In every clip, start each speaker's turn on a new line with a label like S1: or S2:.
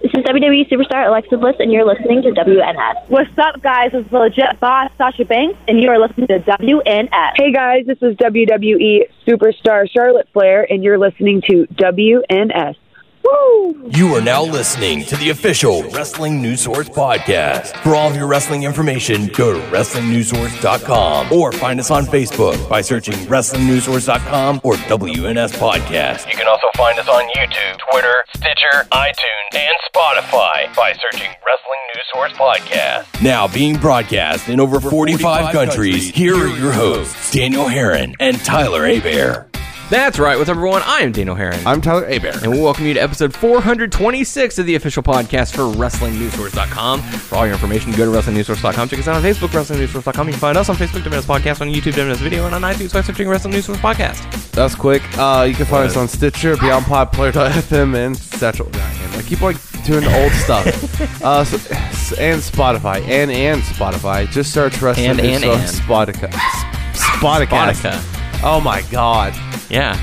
S1: This is WWE superstar Alexa Bliss, and you're listening to WNS.
S2: What's up, guys? It's the legit boss, Sasha Banks, and you are listening to WNS.
S3: Hey guys, this is WWE superstar Charlotte Flair, and you're listening to WNS.
S4: You are now listening to the official Wrestling News Source podcast. For all of your wrestling information, go to WrestlingNewsSource.com or find us on Facebook by searching WrestlingNewsSource.com or WNS Podcast. You can also find us on YouTube, Twitter, Stitcher, iTunes, and Spotify by searching Wrestling News Source Podcast. Now being broadcast in over 45 countries, here are your hosts, Daniel Herron and Tyler Abear.
S5: That's right. What's up, everyone? I am Daniel Herron.
S6: I'm Tyler Abear.
S5: and we welcome you to episode 426 of the official podcast for WrestlingNewsSource.com. For all your information, go to WrestlingNewsSource.com. Check us out on Facebook, WrestlingNewsSource.com. You can find us on Facebook, WNS Podcast, on YouTube, WNS Video, and on iTunes by searching Wrestling News Source Podcast.
S6: That's quick. Uh, you can find us on Stitcher, Beyond Pod, Player.fm, and Central. Goddamn, I keep like doing the old stuff. Uh, so, s- and Spotify. And and Spotify. Just search Wrestling
S5: And-
S6: News
S5: and-
S6: on
S5: and.
S6: Spotica. Spotica. Oh my god.
S5: Yeah.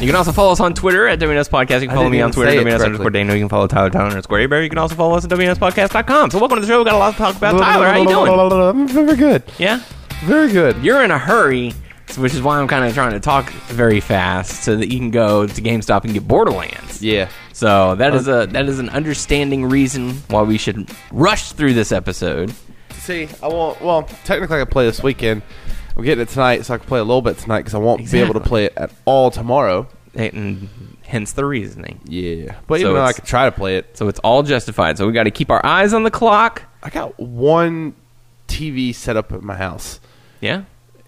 S5: You can also follow us on Twitter at WNS Podcast. You can
S6: I
S5: follow
S6: didn't
S5: me on
S6: even
S5: Twitter,
S6: say it
S5: WNS underscore
S6: correctly.
S5: Daniel. You can follow Tyler Tyler underscore Abear. You can also follow us at WNSPodcast.com. So welcome to the show. we got a lot to talk about. Tyler, how you doing?
S6: I'm very good.
S5: Yeah?
S6: Very good.
S5: You're in a hurry, which is why I'm kind of trying to talk very fast so that you can go to GameStop and get Borderlands.
S6: Yeah.
S5: So that is a that is an understanding reason why we should rush through this episode.
S6: See, I won't. Well, technically, I can play this weekend. I'm getting it tonight, so I can play a little bit tonight because I won't be able to
S5: Exactly.
S6: play it at all tomorrow.
S5: And hence the reasoning.
S6: Yeah, but
S5: So
S6: even though I
S5: it's-
S6: could try to play it,
S5: So it's all justified. So we got to keep our eyes on the clock.
S6: I got one TV set up at my house
S5: Yeah.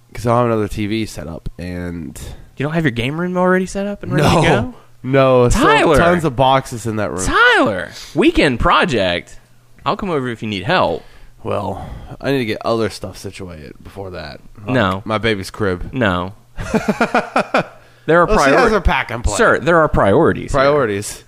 S6: because I have another TV set up, and
S5: You don't have your game room already set up and ready to go?
S6: no, so
S5: Tyler!
S6: tons of boxes in that room.
S5: Tyler, weekend project. I'll come over if you need help.
S6: well, I need to get other stuff situated before that.
S5: No.
S6: my baby's crib.
S5: No. there are
S6: Let's see how they're
S5: priorities.
S6: pack and play.
S5: Sir, there are priorities. here.
S6: priorities.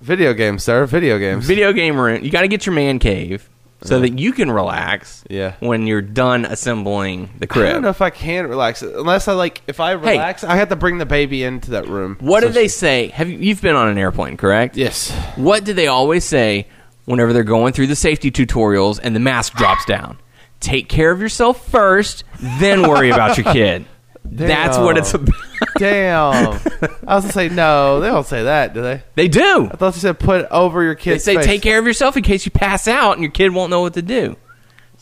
S6: Video games, sir. Video games.
S5: Video game room. You got to get your man cave so that you can relax
S6: Yeah.
S5: when you're done assembling the crib.
S6: I don't know if I can relax unless I like. If I relax, I have to bring the baby into that room.
S5: What do
S6: So
S5: they
S6: she-
S5: say? Have you, you've been on an airplane, correct?
S6: Yes.
S5: What do they always say whenever they're going through the safety tutorials and the mask drops down? Take care of yourself first, then worry about your kid. That's what it's
S6: uh,
S5: about.
S6: Damn. I was gonna say no. They don't say that, do they?
S5: They do.
S6: I thought they said put it over your
S5: They
S6: kid's.
S5: say
S6: face.
S5: take care of yourself in case you pass out and your kid won't know what to do.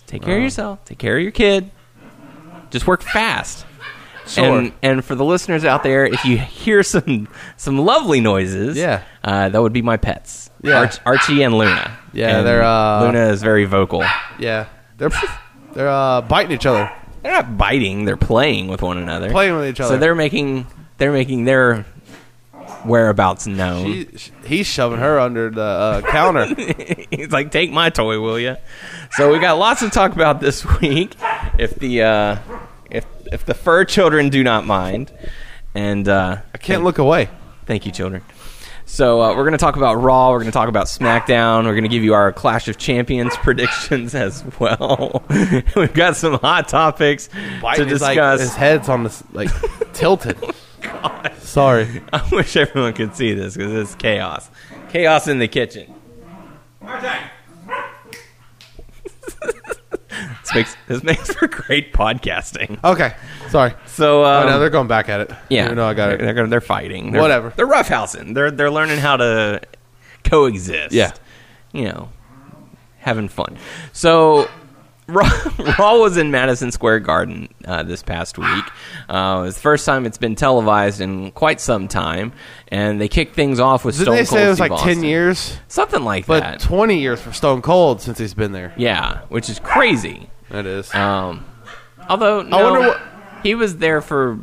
S5: Take
S6: Uh-huh.
S5: care of yourself. Take care of your kid. Just work fast.
S6: Sure.
S5: And and for the listeners out there, if you hear some some lovely noises,
S6: Yeah.
S5: uh, that would be my pets,
S6: Yeah.
S5: Arch, Archie and Luna.
S6: Yeah,
S5: And
S6: they're, uh,
S5: Luna is very vocal.
S6: Yeah, they're they're uh, biting each other.
S5: They're not biting; they're playing with one another,
S6: Playing with each
S5: So
S6: other.
S5: they're making they're making their whereabouts known.
S6: He, he's shoving her under the uh, counter.
S5: He's like, "Take my toy, will you?" So we got lots to talk about this week. If the uh, if if the fur children do not mind, and uh,
S6: I can't look away.
S5: Thank you, children. So uh, we're going to talk about Raw. We're going to talk about SmackDown. We're going to give you our Clash of Champions predictions as well. We've got some hot topics to
S6: Biting his, like, his
S5: discuss.
S6: head's on this like tilted. Sorry.
S5: I wish everyone could see this because it's chaos. Chaos in the kitchen. this makes this makes for great podcasting.
S6: Okay. Sorry.
S5: So um,
S6: oh, now they're going back at it.
S5: yeah,
S6: No, I got
S5: they're,
S6: it.
S5: They're, gonna- they're fighting. They're,
S6: Whatever.
S5: They're roughhousing. They're they're learning how to coexist.
S6: Yeah.
S5: you know, having fun. So. Raw, Raw was in Madison Square Garden uh, this past week. Uh, it was the first time it's been televised in quite some time, and they kicked things off with
S6: Didn't
S5: Stone
S6: they
S5: Cold
S6: say it was
S5: Steve
S6: like
S5: Austin.
S6: ten years?
S5: something like
S6: But
S5: that.
S6: 20 years for Stone Cold since he's been there.
S5: yeah, which is crazy.
S6: That is.
S5: Um, although no,
S6: wonder what-
S5: he was there for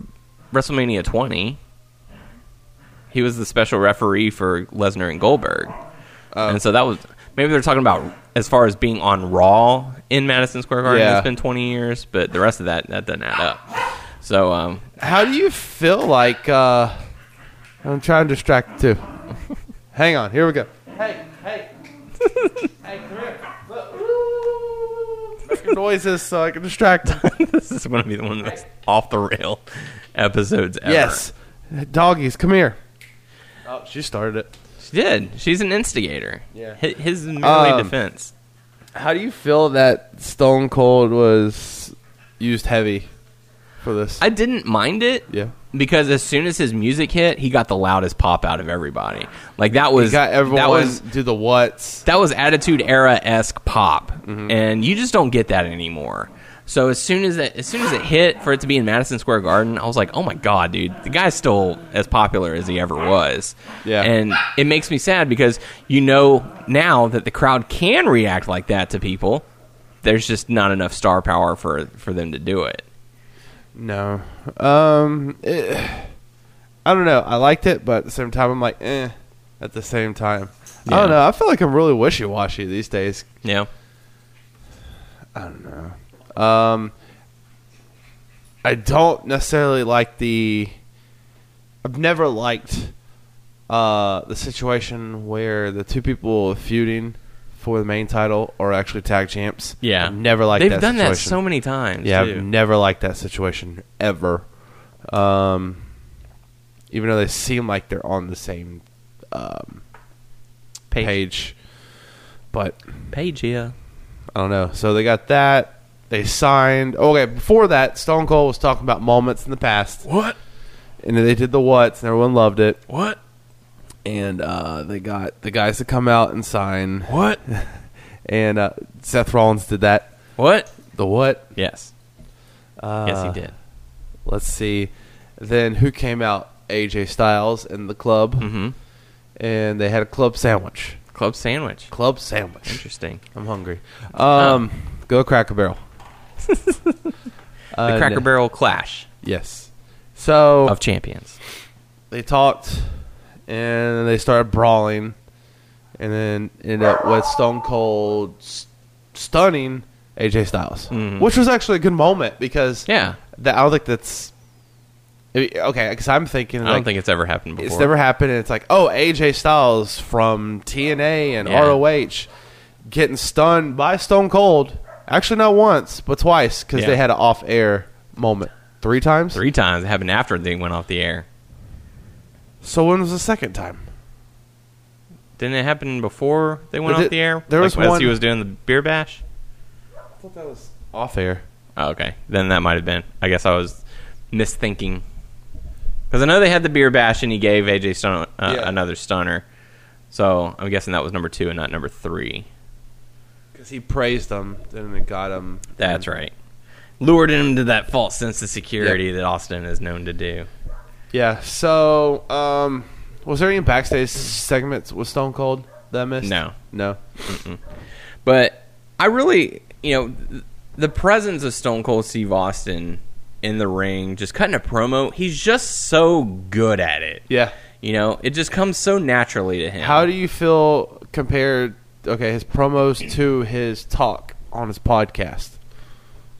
S5: WrestleMania 20. He was the special referee for Lesnar and Goldberg,
S6: Oh.
S5: and so that was maybe they're talking about as far as being on Raw in Madison Square Garden.
S6: Yeah.
S5: It's been 20 years, but the rest of that that doesn't add up. So um,
S6: How do you feel like. Uh, I'm trying to distract too. Hang on. Here we go. Hey, hey. hey, come here. Look. Make your noises so I can distract.
S5: this is going to be the one that's off the rail episodes ever.
S6: yes. Doggies, come here. Oh, she started it.
S5: She did. She's an instigator. Yeah. His, his merely
S6: Um,
S5: defense.
S6: How do you feel that Stone Cold was used heavy for this?
S5: I didn't mind it.
S6: Yeah.
S5: Because as soon as his music hit, he got the loudest pop out of everybody. Like that was
S6: He got everyone
S5: that was
S6: do the what's.
S5: that was attitude era esque pop,
S6: Mm-hmm.
S5: and you just don't get that anymore. So as soon as that, as soon as it hit for it to be in Madison Square Garden, I was like, oh my god, dude, the guy's still as popular as he ever was.
S6: Yeah.
S5: and it makes me sad because you know now that the crowd can react like that to people. There's just not enough star power for for them to do it.
S6: No. Um eh, I don't know. I liked it, but at the same time I'm like, eh at the same time. I
S5: Yeah.
S6: don't know. I feel like I'm really wishy washy these days.
S5: Yeah,
S6: Um I don't necessarily like the I've never liked uh the situation where the two people feuding for the main title are actually tag champs.
S5: yeah.
S6: I've never liked
S5: They've
S6: that
S5: done that
S6: situation.
S5: so many times.
S6: Yeah,
S5: too.
S6: I've never liked that situation ever. Um, even though they seem like they're on the same um, page. but
S5: Paige, yeah.
S6: I don't know. So they got that. They signed. oh, Okay, before that, Stone Cold was talking about moments in the past,
S4: What?
S6: and they did the what's, and everyone loved it.
S4: What?
S6: And uh, they got the guys to come out and sign,
S4: What?
S6: and uh, Seth Rollins did that.
S5: What?
S6: The what?
S5: Yes.
S6: Uh,
S5: yes, he did.
S6: let's see. Then who came out? AJ Styles and the club,
S5: Mhm.
S6: and they had a club sandwich.
S5: Club sandwich.
S6: Club sandwich.
S5: Interesting.
S6: I'm hungry. Um, go Cracker Barrel.
S5: The
S6: Uh, Oh.
S5: Cracker
S6: no-
S5: Barrel clash
S6: Yes. So
S5: of champions.
S6: they talked, and they started brawling, and then ended up with Stone Cold s- stunning AJ Styles, which was actually a good moment because
S5: Mm-hmm. Yeah.
S6: that, I don't think that's. I mean, Okay, because I'm thinking.
S5: I don't
S6: like,
S5: think it's ever happened before.
S6: It's never happened. And it's like, oh, AJ Styles from TNA and
S5: Yeah.
S6: ROH getting stunned by Stone Cold. Actually, not once, but twice because
S5: Yeah.
S6: they had an off air moment. Three times?
S5: Three times. It happened after they went off the air.
S6: So when was the second time?
S5: Didn't it happen before they went
S6: There
S5: off
S6: did-
S5: the air?
S6: there was
S5: like, As he
S6: one-
S5: was doing the beer bash?
S6: I thought that was off air.
S5: Oh, okay. Then that might have been. I guess I was misthinking. Because I know they had the beer bash and he gave AJ Stone, uh,
S6: Yeah.
S5: another stunner. So I'm guessing that was number two and not number three.
S6: Because he praised them, then it got him.
S5: That's right. Lured him to that false sense of security that Austin is known to do.
S6: Yeah. So, um, was there any backstage segments with Stone Cold that I missed?
S5: No.
S6: No.
S5: But I really, you know, th- the presence of Stone Cold Steve Austin in the ring, just cutting a promo, he's just so good at it.
S6: Yeah.
S5: You know, it just comes so naturally to him.
S6: How do you feel compared? Okay, his promos to his talk on his podcast.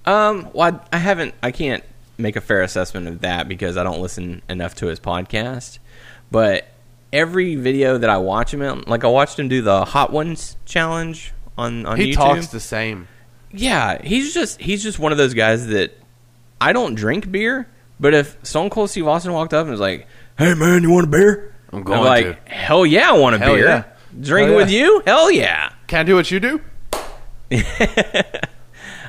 S5: Um, well, I, I haven't, I can't make a fair assessment of that because I don't listen enough to his podcast. But every video that I watch him in, like I watched him do the Hot Ones challenge on on
S6: He
S5: YouTube.
S6: talks the same.
S5: Yeah, he's just he's just one of those guys that I don't drink beer, but if Stone Cold Steve Austin walked up and was like, "Hey man, you want a beer?"
S6: I'm
S5: I'm like, "Hell yeah, I want a
S6: Hell
S5: beer.
S6: yeah.
S5: Drinking
S6: Hell
S5: with
S6: yeah."
S5: you? Hell yeah."
S6: can I do what you do?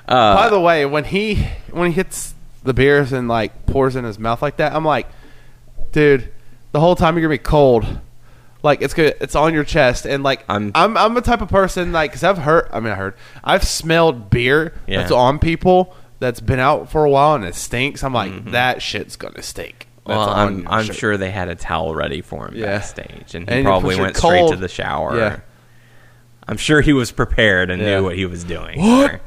S5: Uh,
S6: By the way, when he when he hits the beers and like pours in his mouth like that, I'm like, dude, the whole time you're gonna be cold. Like it's good. It's on your chest, and like
S5: I'm-
S6: I'm I'm, I'm a type of person like because I've heard. I mean, I heard I've smelled beer
S5: Yeah.
S6: that's on people that's been out for a while and it stinks. I'm like, that shit's gonna stink. That's
S5: Mm-hmm. well,
S6: on
S5: I'm
S6: your
S5: I'm
S6: shirt.
S5: sure they had a towel ready for him
S6: Yeah.
S5: backstage, and he
S6: And you
S5: probably
S6: put your
S5: went straight to
S6: cold-
S5: the shower.
S6: Yeah.
S5: I'm sure he was prepared and
S6: Yeah.
S5: knew what he was doing. What?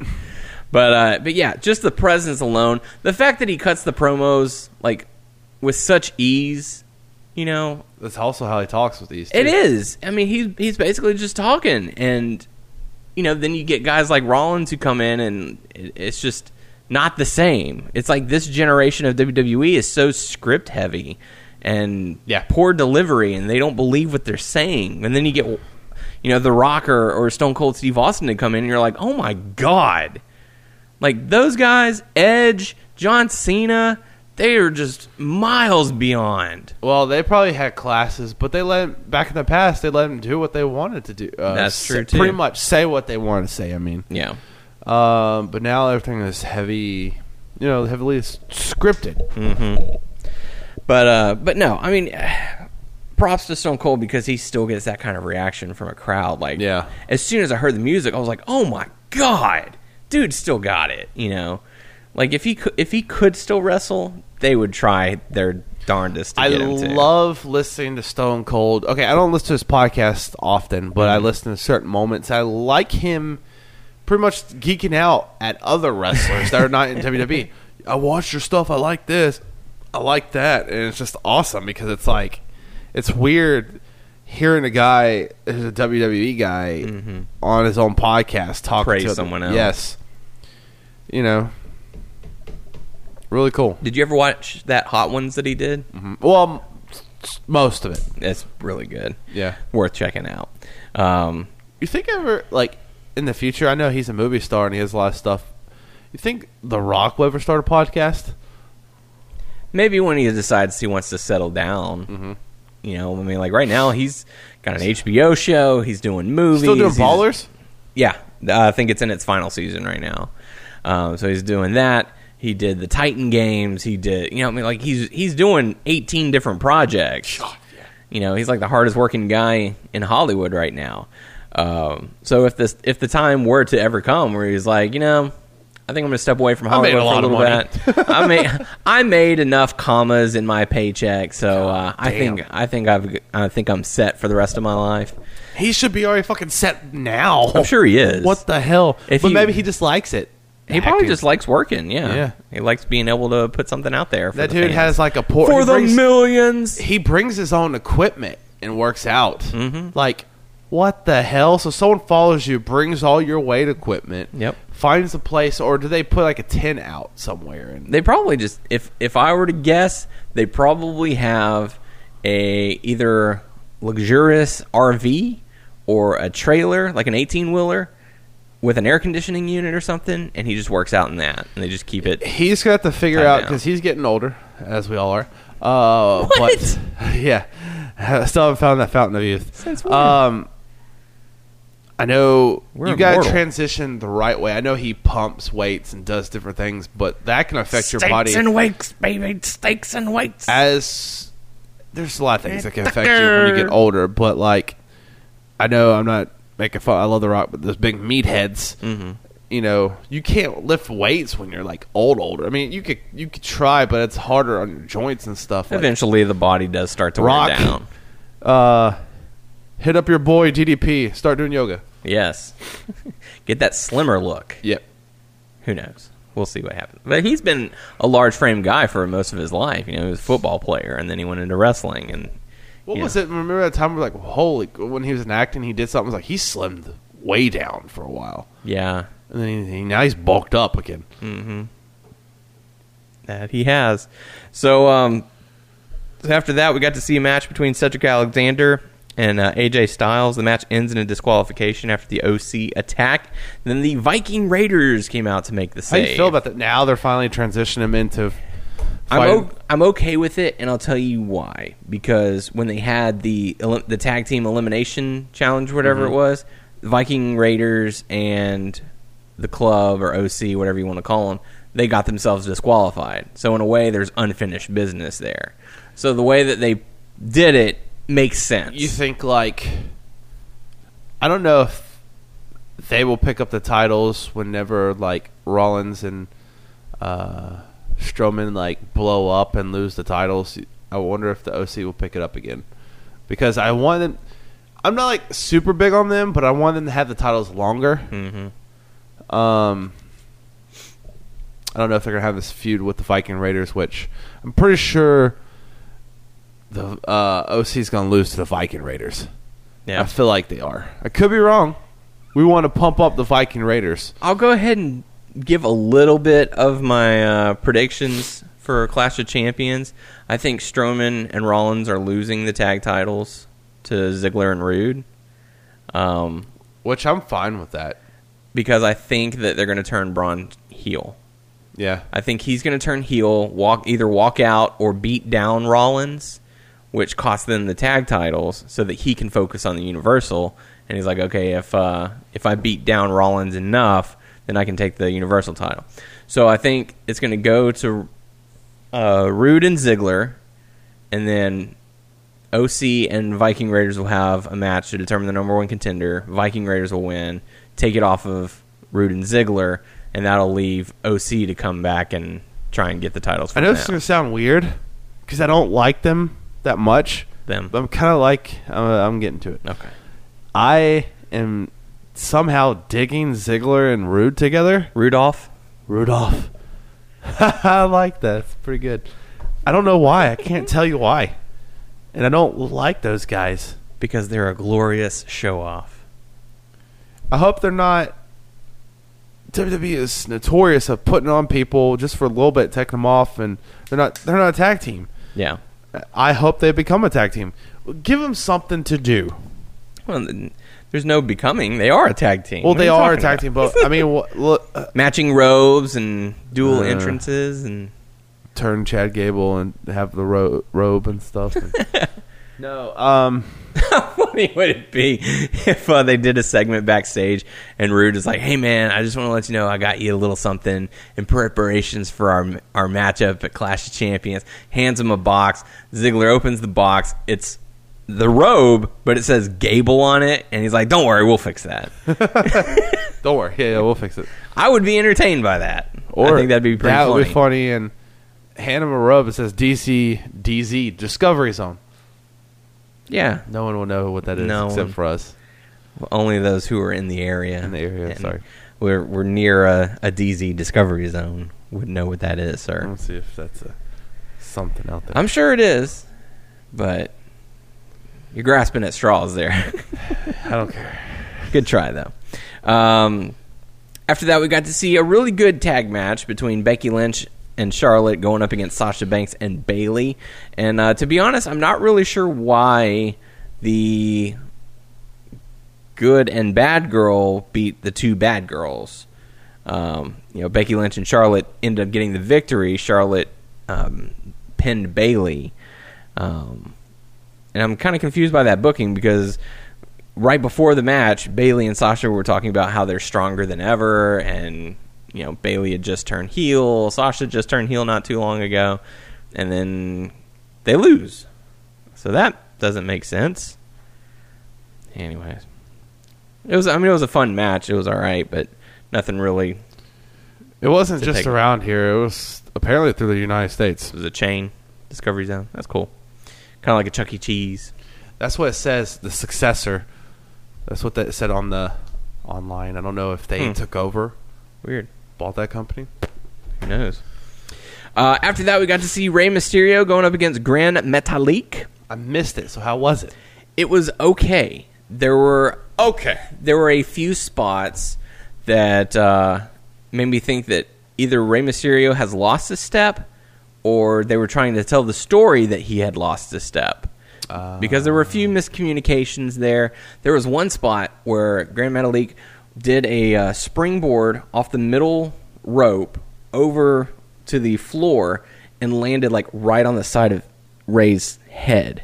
S5: But uh, but yeah, just the presence alone, the fact that he cuts the promos like with such ease, you know,
S6: That's also how he talks with these.
S5: it
S6: too.
S5: is. I mean, he's he's basically just talking, and you know, then you get guys like Rollins who come in, and it, it's just not the same. It's like this generation of WWE is so script heavy and
S6: Yeah.
S5: poor delivery, and they don't believe what they're saying. And then you get, you know, The Rock or, or Stone Cold Steve Austin to come in, and you're like, oh my god, like those guys, Edge, John Cena, they are just miles beyond.
S6: Well, they probably had classes, but they let back in the past they let them do what they wanted to do. Uh,
S5: That's
S6: s-
S5: true, too.
S6: Pretty much say what they want to say. I mean,
S5: Yeah.
S6: um, but now everything is heavy, you know, heavily s- scripted.
S5: But uh, but no, I mean, props to Stone Cold because he still gets that kind of reaction from a crowd. Like,
S6: Yeah.
S5: As soon as I heard the music, I was like, oh my god, dude, still got it. You know, like if he could, if he could still wrestle, they would try their darndest. To
S6: I
S5: get him to.
S6: love listening to Stone Cold. Okay, I don't listen to his podcast often, but I
S5: Mm-hmm.
S6: listen to certain moments. I like him pretty much geeking out at other wrestlers that are not in WWE. I watched your stuff. I like this. I like that. And it's just awesome because it's like, it's weird hearing a guy who's a WWE guy on his own podcast talk
S5: Mm-hmm. Praise
S6: to
S5: someone else.
S6: Yes. You know, really cool.
S5: Did you ever watch that Hot Ones that he did?
S6: Well, s- s- most of it.
S5: That's really good.
S6: Mm-hmm. Yeah.
S5: worth checking out. Um,
S6: You think ever like in the future? I know he's a movie star and he has a lot of stuff. You think The Rock will ever start a podcast?
S5: maybe when he decides he wants to settle down.
S6: Mm-hmm.
S5: You know, I mean, like right now he's got an HBO show. He's doing movies.
S6: Still doing
S5: he's-
S6: ballers?
S5: Yeah, uh, I think it's in its final season right now. Um, so he's doing that. He did the Titan games. He did, you know, I mean, like he's he's doing eighteen different projects. You know, he's like the hardest working guy in Hollywood right now. Um, so if this if the time were to ever come where he's like, you know, I think I'm going to step away from
S6: made
S5: Hollywood
S6: a lot
S5: for a
S6: of
S5: little bit. I made I made enough commas in my paycheck, so uh, I think I think I've I think I'm set for the rest of my life.
S6: He should be already fucking set now.
S5: I'm sure he is.
S6: What the hell?
S5: If
S6: but
S5: he-
S6: maybe he just likes it.
S5: He probably just likes working. Yeah.
S6: Yeah.
S5: He likes being able to put something out there. For
S6: that
S5: the
S6: dude
S5: fans.
S6: has like a port
S5: for
S6: he
S5: the
S6: brings,
S5: millions.
S6: He brings his own equipment and works out. Mm-hmm. Like what the hell? So someone follows you, brings all your weight equipment.
S5: Yep.
S6: Finds a place, or do they put like a tent out somewhere? And
S5: They probably just if if I were to guess, they probably have a either luxurious RV or a trailer, like an eighteen wheeler, with an air conditioning unit or something, and he just works out in that, and they just keep it.
S6: he's got to figure
S5: Time
S6: out
S5: out.
S6: because he's getting older, as we all are. Uh,
S5: What?
S6: But, yeah, I still haven't found that fountain of youth.
S5: Since when?
S6: um, I know
S5: We're
S6: you got to
S5: immortal.
S6: transition the right way. I know he pumps weights and does different things, but that can affect your body
S5: weights, baby. Stakes and weights.
S6: as there's a lot of things that can affect you when you get older, but like I know I'm not making fun. I love The Rock, but those big meatheads,
S5: Mm-hmm.
S6: you know, you can't lift weights when you're like old, older. I mean, you could you could try, but it's harder on your joints and stuff. Like,
S5: Eventually, the body does start to
S6: Rock.
S5: wear down.
S6: uh, hit up your boy DDP. Start doing yoga.
S5: Yes, get that slimmer look.
S6: Yep.
S5: who knows? We'll see what happens. But he's been a large frame guy for most of his life. You know, he was a football player, and then he went into wrestling. And
S6: What
S5: Yeah.
S6: was it? Remember that time we were like, holy, when he was in acting, he did something. It was like he slimmed way down for a while,
S5: yeah,
S6: and then he, he- now he's bulked up again.
S5: that he has. So, um, so after that, we got to see a match between Cedric Alexander and uh, AJ Styles. The match ends in a disqualification after the OC attack. Then the Viking Raiders came out to make the
S6: How
S5: save.
S6: you feel about that? Now they're finally transitioning him into.
S5: I'm,
S6: fighting-
S5: o- I'm okay with it, and I'll tell you why. Because when they had the elim- the tag team elimination challenge, whatever it was, Viking Raiders and the club or OC, whatever you want to call them, they got themselves disqualified. So in a way, there's unfinished business there. So the way that they did it makes sense.
S6: you think like, I don't know if they will pick up the titles whenever like Rollins and uh, Strowman like blow up and lose the titles. I wonder if the OC will pick it up again because I want them. I'm not like super big on them, but I want them to have the titles longer.
S5: Mm-hmm.
S6: Um, I don't know if they're gonna have this feud with the Viking Raiders, which I'm pretty sure the uh, OC's gonna lose to the Viking Raiders. I
S5: yeah.
S6: feel like they are. I could be wrong. We want to pump up the Viking Raiders.
S5: I'll go ahead and give a little bit of my uh, predictions for Clash of Champions. I think Strowman and Rollins are losing the tag titles to Ziggler and Rude um,
S6: Which I'm fine with that.
S5: because I think that they're going to turn Braun heel.
S6: Yeah.
S5: I think he's going to turn heel, walk either walk out or beat down Rollins, which costs them the tag titles, so that he can focus on the Universal. And he's like, okay, if uh, if I beat down Rollins enough, then I can take the Universal title. So I think it's going to go to uh, Rude and Ziggler, and then OC and Viking Raiders will have a match to determine the number one contender. Viking Raiders will win, take it off of Rude and Ziggler, and that'll leave OC to come back and try and get the titles
S6: I
S5: from
S6: know
S5: them.
S6: this is gonna sound weird because I don't like them that much.
S5: Them.
S6: But I'm kind of like I'm, I'm getting to it.
S5: Mm. Okay.
S6: I am somehow digging Ziggler and Rude together.
S5: Rudolph.
S6: Rudolph. I like that. It's pretty good. I don't know why. I can't tell you why. And I don't like those guys.
S5: Because they're a glorious show off.
S6: I hope they're not. WWE is notorious of putting on people just for a little bit, taking them off, and they're not. They're not a tag team.
S5: Yeah.
S6: I hope they become a tag team. Give them something to do.
S5: Well, th- there's no becoming. They are a tag team.
S6: Well,
S5: What
S6: they
S5: you
S6: are a
S5: talking
S6: tag
S5: about?
S6: team, but I mean, wha- look, uh,
S5: Matching robes and dual
S6: Uh.
S5: entrances and
S6: turn Chad Gable and have the ro- robe and stuff. no, um,
S5: funny would it be if uh, they did a segment backstage and Rude is like, "Hey man, I just want to let you know I got you a little something in preparations for our our matchup at Clash of Champions." Hands him a box. Ziggler opens the box. It's the robe, but it says Gable on it, and he's like, "Don't worry, we'll fix that."
S6: don't worry. Yeah, yeah, we'll fix it.
S5: I would be entertained by that. I think that'd be pretty
S6: that
S5: funny.
S6: would be funny. And hand him a robe that says DC DZ Discovery Zone.
S5: Yeah,
S6: No one will know what that is
S5: No
S6: except
S5: one.
S6: for us.
S5: only those who are in the area. In
S6: the area, sorry.
S5: we're we're near a, a DZ Discovery Zone. Would know what that is, sir.
S6: Let's see if that's a, something out there.
S5: I'm sure it is, but you're grasping at straws there.
S6: I don't care.
S5: good try though. Um, after that, we got to see a really good tag match between Becky Lynch and Charlotte going up against Sasha Banks and Bailey. And uh, to be honest, I'm not really sure why the good and bad girl beat the two bad girls. Um, you know, Becky Lynch and Charlotte ended up getting the victory. Charlotte um, pinned Bailey. Um, and I'm kind of confused by that booking because right before the match, Bailey and Sasha were talking about how they're stronger than ever, and you know Bailey had just turned heel, Sasha just turned heel not too long ago, and then they lose. So that doesn't make sense. Anyways, it was. I mean, it was a fun match. It was all right, but nothing really. It
S6: It wasn't
S5: It's a
S6: just
S5: take.
S6: around here. It was apparently through the United States.
S5: was a chain Discovery Zone. That's cool. Kind of like a Chuck E. Cheese.
S6: That's what it says. The successor. That's what that said on the online. I don't know if they
S5: Hmm.
S6: took over,
S5: Weird.
S6: bought that company.
S5: Who knows? Uh, after that, we got to see Rey Mysterio going up against Gran Metalik.
S6: I missed it. So how was it?
S5: it was okay. There were okay. There were a few spots that uh, made me think that either Rey Mysterio has lost a step, or they were trying to tell the story that he had lost a step. because there were a few miscommunications there. There was one spot where Grand Metalik did a uh, springboard off the middle rope over to the floor and landed like right on the side of Ray's head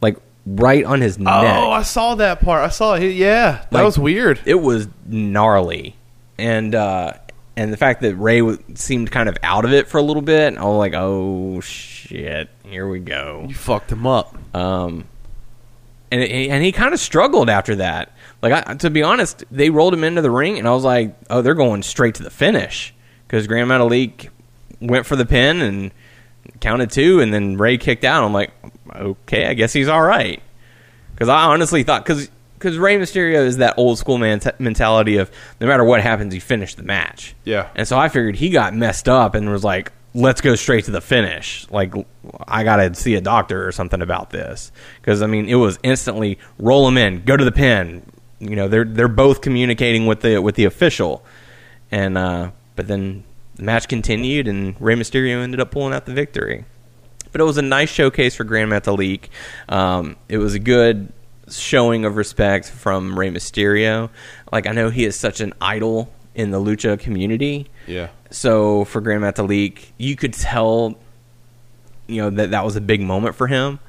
S5: like right on his
S6: Oh,
S5: neck.
S6: I saw that part. I saw it. Yeah, that
S5: Like,
S6: was weird.
S5: It was gnarly, and uh, and the fact that Ray w- seemed kind of out of it for a little bit, and I was like, oh shit, here we go.
S6: you fucked him up.
S5: Um, and it, and he kind of struggled after that. Like I, to be honest, they rolled him into the ring, and I was like, oh, they're going straight to the finish because Grand Metalik went for the pin and counted two, and then Ray kicked out. I'm like, okay, I guess he's all right. Because I honestly thought because because Rey Mysterio is that old school man mentality of no matter what happens, you finish the match.
S6: Yeah.
S5: and so I figured he got messed up and was like, "Let's go straight to the finish. Like I gotta see a doctor or something about this." Because I mean, it was instantly roll him in, go to the pin. You know, they're they're both communicating with the with the official, and uh, but then the match continued and Rey Mysterio ended up pulling out the victory but it was a nice showcase for Grand Metalik. Um, it was a good showing of respect from Rey Mysterio. Like I know he is such an idol in the lucha community.
S6: Yeah.
S5: So for Grand Metalik, you could tell, you know, that that was a big moment for him,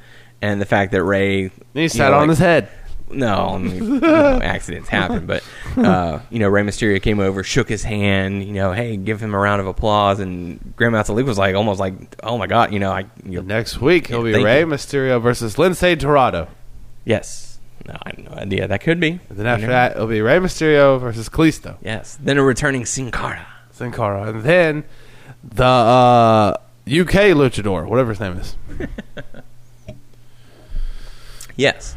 S5: and the fact that Ray
S6: And he sat on his head.
S5: no, I mean, you know, accidents happen, but uh, you know, Rey Mysterio came over, shook his hand, you know, hey, give him a round of applause, and Grand Metalik was like, almost like, oh my god, you know, I, you know,
S6: Next week, he'll be
S5: Thank
S6: Rey
S5: you.
S6: Mysterio versus Lindsay Dorado.
S5: yes, no, I have no idea, that could be.
S6: And then after
S5: You know?
S6: that, it'll be Rey Mysterio versus Kalisto.
S5: yes, then a returning Sin Cara.
S6: Sin Cara. And then the uh, UK luchador, whatever his name is.
S5: Yes.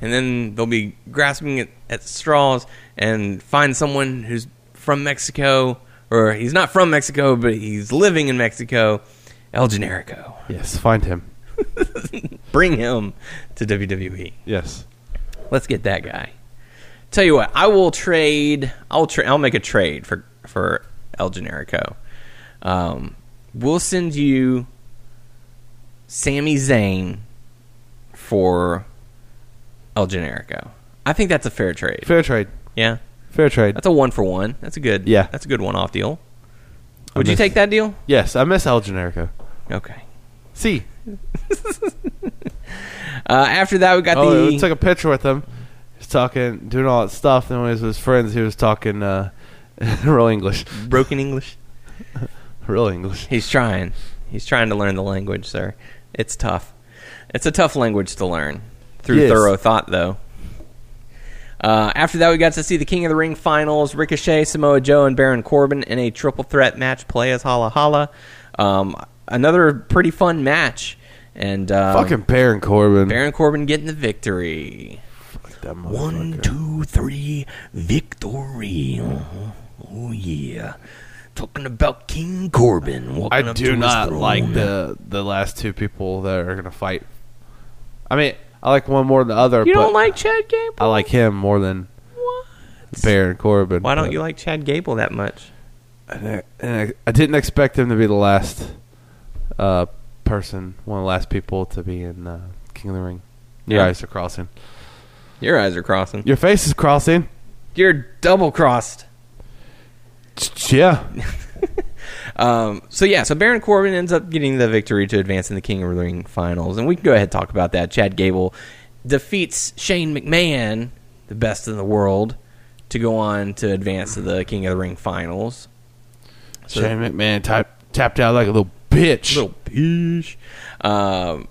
S5: And then they'll be grasping at, at straws and find someone who's from Mexico, or he's not from Mexico, but he's living in Mexico, El Generico.
S6: Yes, find him.
S5: Bring him to E. WWE.
S6: Yes.
S5: Let's get that guy. Tell you what, I will trade. I'll tra- I'll make a trade for for El Generico. Um, we'll send you Sami Zayn for El Generico. I think that's a fair trade.
S6: Fair trade.
S5: Yeah,
S6: Fair trade.
S5: that's a one for one. That's a good.
S6: Yeah.
S5: that's a good one off deal. Would
S6: I
S5: you
S6: miss-
S5: take that deal?
S6: Yes, I miss El Generico.
S5: Okay.
S6: See,
S5: Uh, after that, we got
S6: oh,
S5: the
S6: we took a picture with him. He's talking, doing all that stuff. Then when he was with his friends, he was talking uh, real English.
S5: broken English.
S6: Real English.
S5: He's trying. He's trying to learn the language, sir. It's tough. It's a tough language to learn through
S6: Yes.
S5: thorough thought, though. Uh, after that, we got to see the King of the Ring finals: Ricochet, Samoa Joe, and Baron Corbin in a triple threat match. Play as Hala Hala. Um, another pretty fun match, and uh,
S6: Fucking Baron Corbin.
S5: Baron Corbin getting the victory.
S6: That
S5: One,
S6: motherfucker.
S5: two, three, victory. Uh-huh. Oh yeah, talking about King Corbin. walking
S6: I
S5: up to
S6: do
S5: his
S6: not
S5: throne.
S6: like the the last two people that are gonna fight. I mean, I like one more than the other.
S5: You
S6: but
S5: don't like Chad Gable?
S6: I like him more than
S5: What?
S6: Baron Corbin.
S5: Why don't
S6: but
S5: you like Chad Gable that much?
S6: I, I, I didn't expect him to be the last uh, person, one of the last people to be in uh, King of the Ring. Your
S5: Yeah.
S6: eyes are crossing.
S5: Your eyes are crossing. You're,
S6: Your face is crossing.
S5: double crossed.
S6: Yeah.
S5: Um, so yeah, so Baron Corbin ends up getting the victory to advance in the King of the Ring finals, and we can go ahead and talk about that. Chad Gable defeats Shane McMahon, the best in the world, to go on to advance to the King of the Ring finals.
S6: Shane McMahon type, tapped out like a little bitch.
S5: Little pish. Um,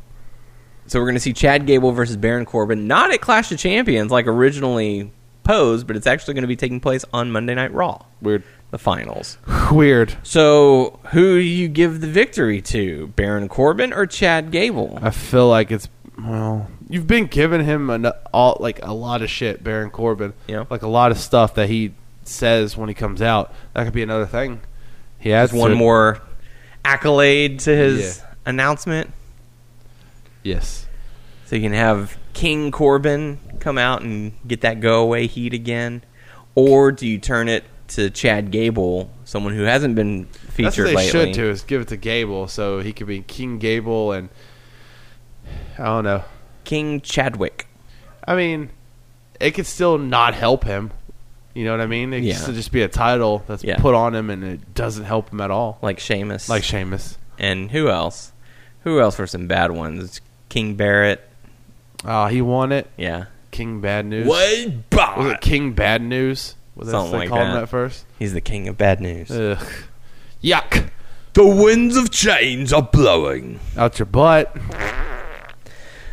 S5: so we're going to see Chad Gable versus Baron Corbin, not at Clash of Champions like originally posed, but it's actually going to be taking place on Monday Night Raw.
S6: Weird.
S5: The finals.
S6: Weird.
S5: So who do you give the victory to, Baron Corbin or Chad Gable?
S6: I feel like it's well, you've been giving him an, all like a lot of shit, Baron Corbin.
S5: Yeah.
S6: like a lot of stuff that he says when he comes out. That could be another thing. He has
S5: That's one more accolade to his
S6: Yeah.
S5: announcement.
S6: Yes,
S5: So you can have King Corbin come out and get that go away heat again, or do you turn it to Chad Gable, someone who hasn't been
S6: that's
S5: featured
S6: what they
S5: lately?
S6: should do is give it to Gable, so he could be King Gable, and I don't know.
S5: King Chadwick.
S6: I mean, it could still not help him. You know what I mean? It
S5: Yeah.
S6: could still just be a title that's
S5: Yeah.
S6: put on him, and it doesn't help him at all.
S5: Like Sheamus.
S6: Like Sheamus.
S5: and who else? Who else for some bad ones? King Barrett.
S6: Oh, he won it.
S5: Yeah.
S6: King Bad News.
S5: What? Bah!
S6: Was it King Bad News? Was
S5: Something
S6: what they
S5: like
S6: called him
S5: that.
S6: at first?
S5: He's the king of bad news.
S6: Ugh. Yuck.
S4: The winds of change are blowing.
S6: Out your butt.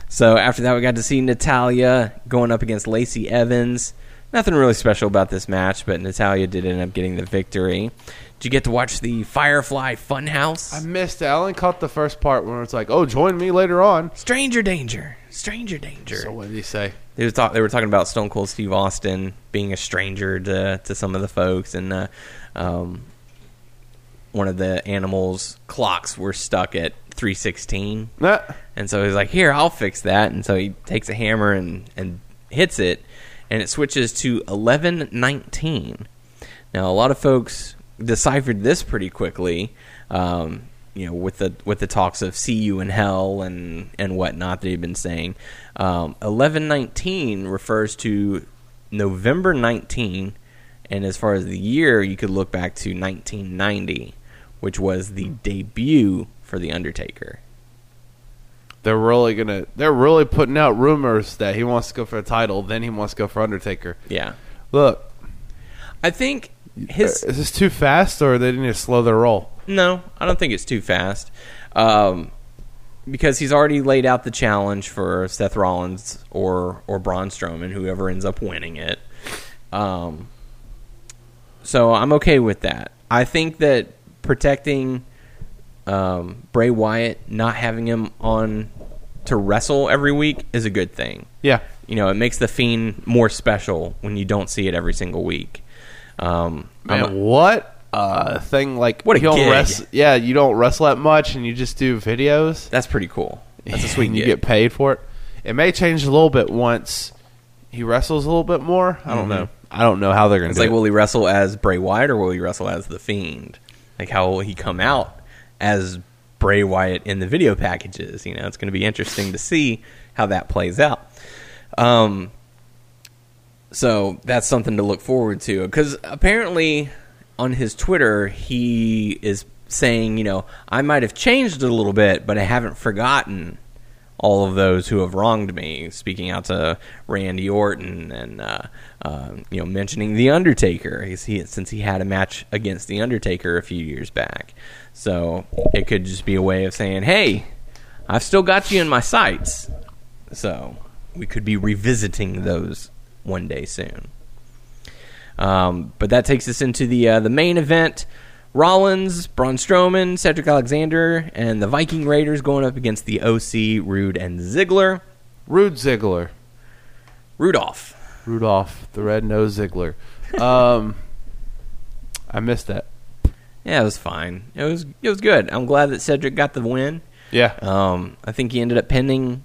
S5: So after that, we got to see Natalia going up against Lacey Evans. Nothing really special about this match, but Natalia did end up getting the victory. Did you get to watch the Firefly Funhouse?
S6: I missed it. I only caught the first part when it's like, oh, join me later on.
S5: Stranger danger, stranger danger.
S6: So what did he say?
S5: they, was talk- they were talking about Stone Cold Steve Austin being a stranger to, to some of the folks, and uh, um, one of the animals' clocks were stuck at 316.
S6: Nah.
S5: And so he's like, "Here, I'll fix that." And so he takes a hammer and and hits it, and it switches to eleven nineteen. Now, a lot of folks deciphered this pretty quickly, um, you know, with the with the talks of "see you in hell" and and whatnot that he'd been saying. Um, Eleven nineteen refers to November nineteen, And as far as the year, you could look back to 1990, which was the debut for The Undertaker.
S6: They're really gonna. They're really putting out rumors that he wants to go for a title. Then he wants to go for Undertaker.
S5: Yeah.
S6: Look,
S5: I think his.
S6: is this too fast, or they need to slow their roll?
S5: No, I don't think it's too fast. Um, because he's already laid out the challenge for Seth Rollins or or Braun Strowman, whoever ends up winning it. Um, so I'm okay with that. I think that protecting um, Bray Wyatt, not having him on to wrestle every week, is a good thing.
S6: Yeah,
S5: You know, it makes the Fiend more special when you don't see it every single week. Um,
S6: man,
S5: I'm- Uh,
S6: what a thing! Like
S5: What a
S6: you don't
S5: gig.
S6: wrest- Yeah, you don't wrestle that much, and you just do videos.
S5: that's pretty cool. That's a sweet
S6: and you
S5: gig.
S6: get paid for it. It may change a little bit once he wrestles a little bit more. I don't know. I don't know how they're gonna.
S5: Mm-hmm. It's
S6: do
S5: like,
S6: it.
S5: will he wrestle as Bray Wyatt or will he wrestle as the Fiend? Like, how will he come out as Bray Wyatt in the video packages? You know, it's going to be interesting to see how that plays out. Um, so that's something to look forward to because apparently on his Twitter he is saying, you know, I might have changed a little bit, but I haven't forgotten all of those who have wronged me. Speaking out to Randy Orton and uh, um you know mentioning the Undertaker, he's, he, since he had a match against the Undertaker a few years back. So it could just be a way of saying, hey, I've still got you in my sights. So we could be revisiting those one day soon. Um, but that takes us into the uh, the main event. Rollins, Braun Strowman, Cedric Alexander, and the Viking Raiders going up against the OC, Rude, and Ziggler.
S6: Rude Ziggler,
S5: Rudolph.
S6: Rudolph the Red Nose Ziggler. Um, I missed that.
S5: Yeah, it was fine. It was it was good. I'm glad that Cedric got the win.
S6: Yeah,
S5: Um, I think he ended up pinning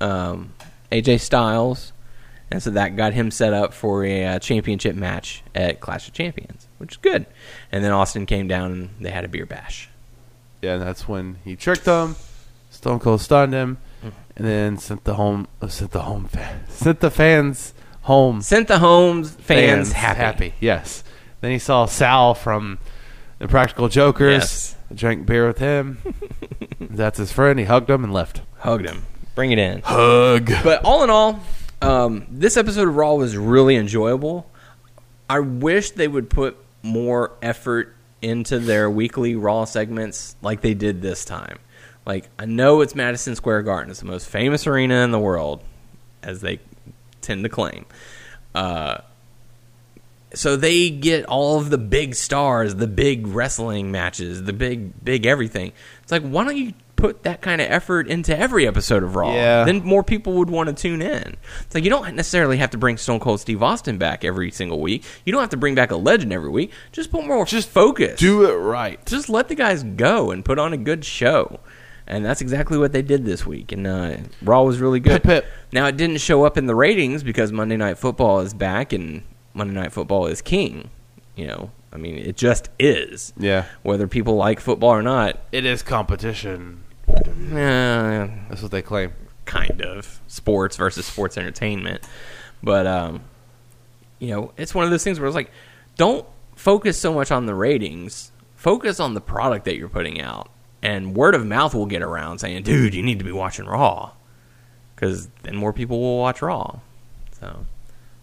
S5: um, AJ Styles, and so that got him set up for a uh, championship match at Clash of Champions, which is good. And then Austin came down and they had a beer bash.
S6: yeah. And that's when he tricked him. Stone Cold stunned him,
S5: Mm-hmm.
S6: and then sent the home uh, sent the home fan, sent the fans home.
S5: Sent the Holmes fans, happy.
S6: Yes. Then he saw Sal from the Practical Jokers.
S5: Yes.
S6: Drank beer with him. That's his friend. He hugged him and left.
S5: Hugged him. Bring it in.
S6: Hug.
S5: But all in all, um, this episode of Raw was really enjoyable. I wish they would put more effort into their weekly Raw segments like they did this time. Like, I know it's Madison Square Garden, it's the most famous arena in the world, as they tend to claim. Uh, so they get all of the big stars, the big wrestling matches, the big, big everything. It's like, why don't you put that kind of effort into every episode of Raw?
S6: Yeah.
S5: Then more people would want to tune in. It's like you don't necessarily have to bring Stone Cold Steve Austin back every single week. You don't have to bring back a legend every week. Just put more just focus.
S6: Do it right.
S5: just let the guys go and put on a good show. And that's exactly what they did this week. And uh, Raw was really good.
S6: Pip, pip.
S5: Now it didn't show up in the ratings because Monday Night Football is back and Monday Night Football is king. You know, I mean, it just is.
S6: Yeah.
S5: Whether people like football or not,
S6: It is competition.
S5: eh,
S6: That's what they claim.
S5: kind of sports versus sports entertainment. But um, you know, it's one of those things where it's like, don't focus so much on the ratings. Focus on the product that you're putting out, and word of mouth will get around saying, "Dude, you need to be watching Raw," because then more people will watch Raw. So,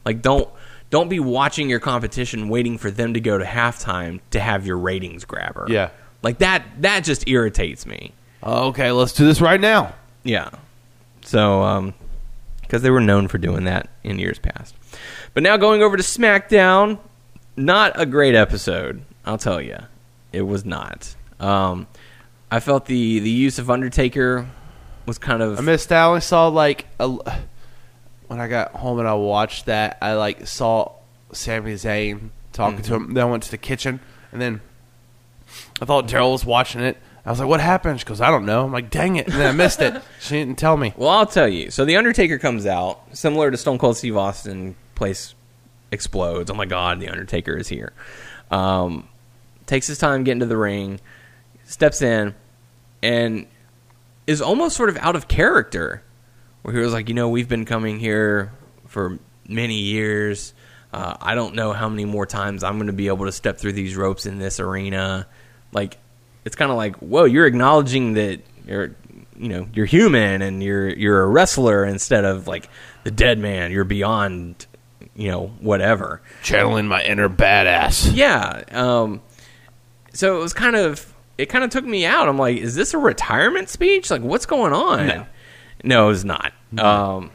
S5: like, don't don't be watching your competition waiting for them to go to halftime to have your ratings grabber.
S6: Yeah.
S5: like that that just irritates me.
S6: Okay, let's do this right now.
S5: Yeah. So, um, because they were known for doing that in years past. But now going over to SmackDown, not a great episode. I'll tell you, it was not. Um, I felt the the use of Undertaker was kind of
S6: I missed out. I only saw like a, when I got home and I watched that. I like saw Sami Zayn talking to
S5: Mm-hmm.
S6: him. Then I went to the kitchen and then I thought Daryl was watching it. I was like, "What happened?" She goes, "I don't know." I'm like, "Dang it!" And then I missed it. She didn't tell me.
S5: Well, I'll tell you. So the Undertaker comes out, similar to Stone Cold Steve Austin. Place explodes. Oh my God, the Undertaker is here. Um, takes his time getting to the ring, steps in, and is almost sort of out of character. Where he was like, you know, we've been coming here for many years. Uh, I don't know how many more times I'm going to be able to step through these ropes in this arena. Like, it's kind of like, whoa, you're acknowledging that you're, you know, you're human and you're you're a wrestler instead of like the dead man. You're beyond, you know, whatever.
S6: Channeling my inner badass.
S5: Yeah. Um, so it was kind of it kind of took me out. I'm like, is this a retirement speech? Like, what's going on? No, it was not.
S6: Mm-hmm.
S5: Um,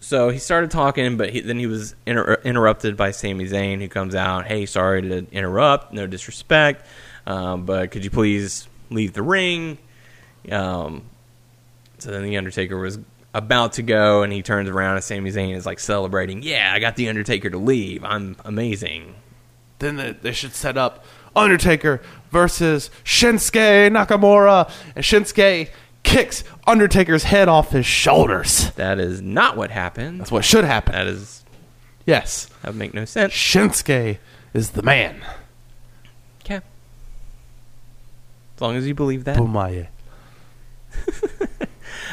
S5: so he started talking, but he, then he was inter- interrupted by Sami Zayn, who comes out. Hey, sorry to interrupt. No disrespect, um, but could you please leave the ring? Um, so then the Undertaker was about to go, and he turns around, and Sami Zayn is like celebrating. Yeah, I got the Undertaker to leave. I'm amazing.
S6: Then they, they should set up Undertaker versus Shinsuke Nakamura, and Shinsuke kicks Undertaker's head off his shoulders.
S5: That is not what happened.
S6: That's what should happen.
S5: That is
S6: yes,
S5: that would make no sense.
S6: Shinsuke is the man.
S5: Okay. As long as you believe that.
S6: Bumaye.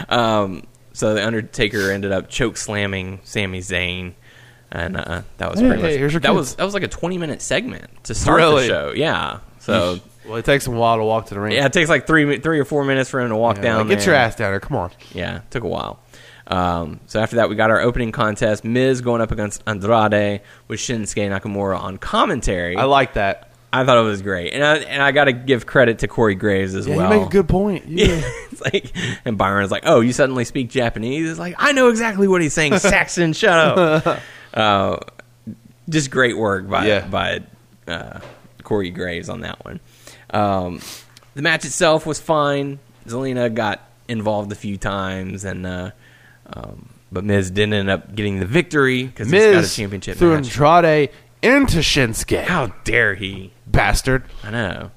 S5: Um, so the Undertaker ended up choke slamming Sami Zayn, and uh, that was
S6: Hey,
S5: pretty much
S6: here's your
S5: that
S6: kids.
S5: was that was like a twenty minute segment to start the
S6: Really?
S5: show. Yeah. So
S6: Well, it takes him a while to walk to the ring.
S5: Oh. yeah, it takes like three mi- three or four minutes for him to walk
S6: Yeah,
S5: down.
S6: like, get
S5: there.
S6: your ass down here. Come on.
S5: Yeah, took a while. Um, so after that, we got our opening contest: Miz going up against Andrade with Shinsuke Nakamura on commentary.
S6: I like that.
S5: I thought it was great, and I, and I got to give credit to Corey Graves as
S6: Yeah,
S5: well.
S6: you make a good point. Yeah.
S5: it's like, and Byron's like, "Oh, you suddenly speak Japanese?" It's like, I know exactly what he's saying. Saxon, shut up. Uh, just great work by
S6: Yeah.
S5: by uh, Corey Graves on that one. Um, the match itself was fine. Zelina got involved a few times, and uh, um, but Miz didn't end up getting the victory because he's got a
S6: Miz
S5: championship
S6: threw
S5: match.
S6: Andrade into Shinsuke.
S5: How dare he?
S6: Bastard.
S5: I know.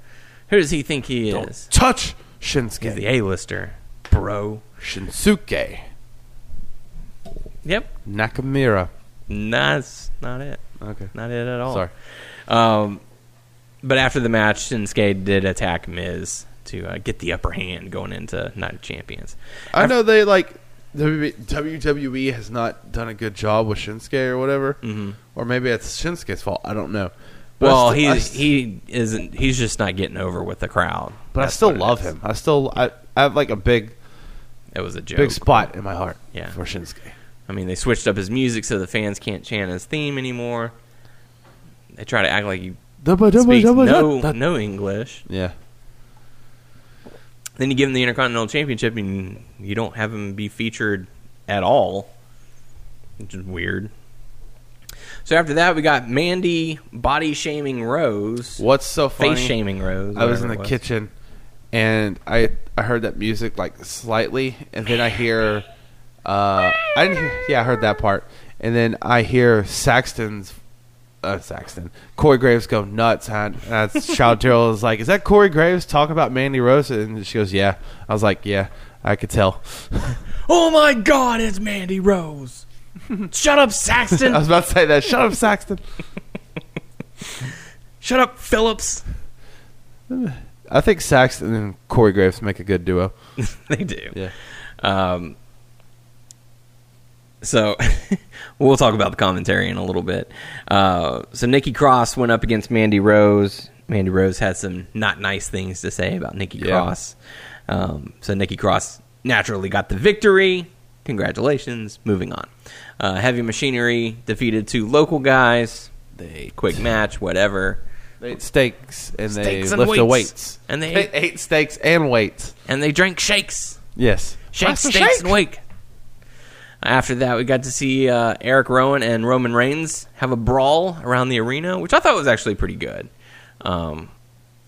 S5: Who does he think he is?
S6: Touch
S5: He's
S6: Shinsuke.
S5: the A-lister, bro.
S6: Shinsuke
S5: Yep,
S6: Nakamura.
S5: that's not it.
S6: Okay.
S5: Not it at all.
S6: Sorry.
S5: Um, but after the match, Shinsuke did attack Miz to uh, get the upper hand going into Night of Champions.
S6: I know they like WWE E has not done a good job with Shinsuke or whatever, mm-hmm. or maybe it's Shinsuke's fault. I don't know. But I
S5: well,
S6: st-
S5: he
S6: I st-
S5: he isn't. He's just not getting over with the crowd.
S6: but I
S5: That's
S6: still
S5: what it
S6: love
S5: is.
S6: him. I still I, I have like a big
S5: It was a joke.
S6: big spot in my heart
S5: Yeah.
S6: for Shinsuke.
S5: I mean, they switched up his music so the fans can't chant his theme anymore. They try to act like he speaks no, no English.
S6: Yeah.
S5: Then you give him the Intercontinental Championship and you don't have him be featured at all, which is weird. So after that, we got Mandy body shaming Rose,
S6: What's so funny?
S5: face shaming Rose.
S6: I was
S5: whatever
S6: in the
S5: it
S6: kitchen and I I heard that music like slightly and then I hear uh I didn't hear, yeah, I heard that part. And then I hear Saxton's uh Saxton. Corey Graves go nuts and that's Child Gerald is like, Is that Corey Graves talking about Mandy Rose? And she goes, Yeah. I was like, Yeah, I could tell.
S5: Oh my God, it's Mandy Rose. Shut up, Saxton.
S6: I was about to say that. Shut up, Saxton.
S5: Shut up, Phillips.
S6: I think Saxton and Corey Graves make a good duo.
S5: they do.
S6: Yeah.
S5: Um, so we'll talk about the commentary in a little bit. Uh, so Nikki Cross went up against Mandy Rose. Mandy Rose had some not nice things to say about Nikki
S6: Yeah.
S5: Cross. Um, so Nikki Cross naturally got the victory. Congratulations. Moving on. Uh, Heavy Machinery defeated two local guys. They quick match, whatever.
S6: They ate steaks and
S5: Steaks
S6: they
S5: and
S6: lifted
S5: weights.
S6: weights.
S5: And they
S6: ate, steaks and weights.
S5: And they drank shakes.
S6: Yes.
S5: Shake,
S6: Lots of
S5: steaks,
S6: shakes.
S5: and wake. After that, we got to see uh, Eric Rowan and Roman Reigns have a brawl around the arena, which I thought was actually pretty good. Um,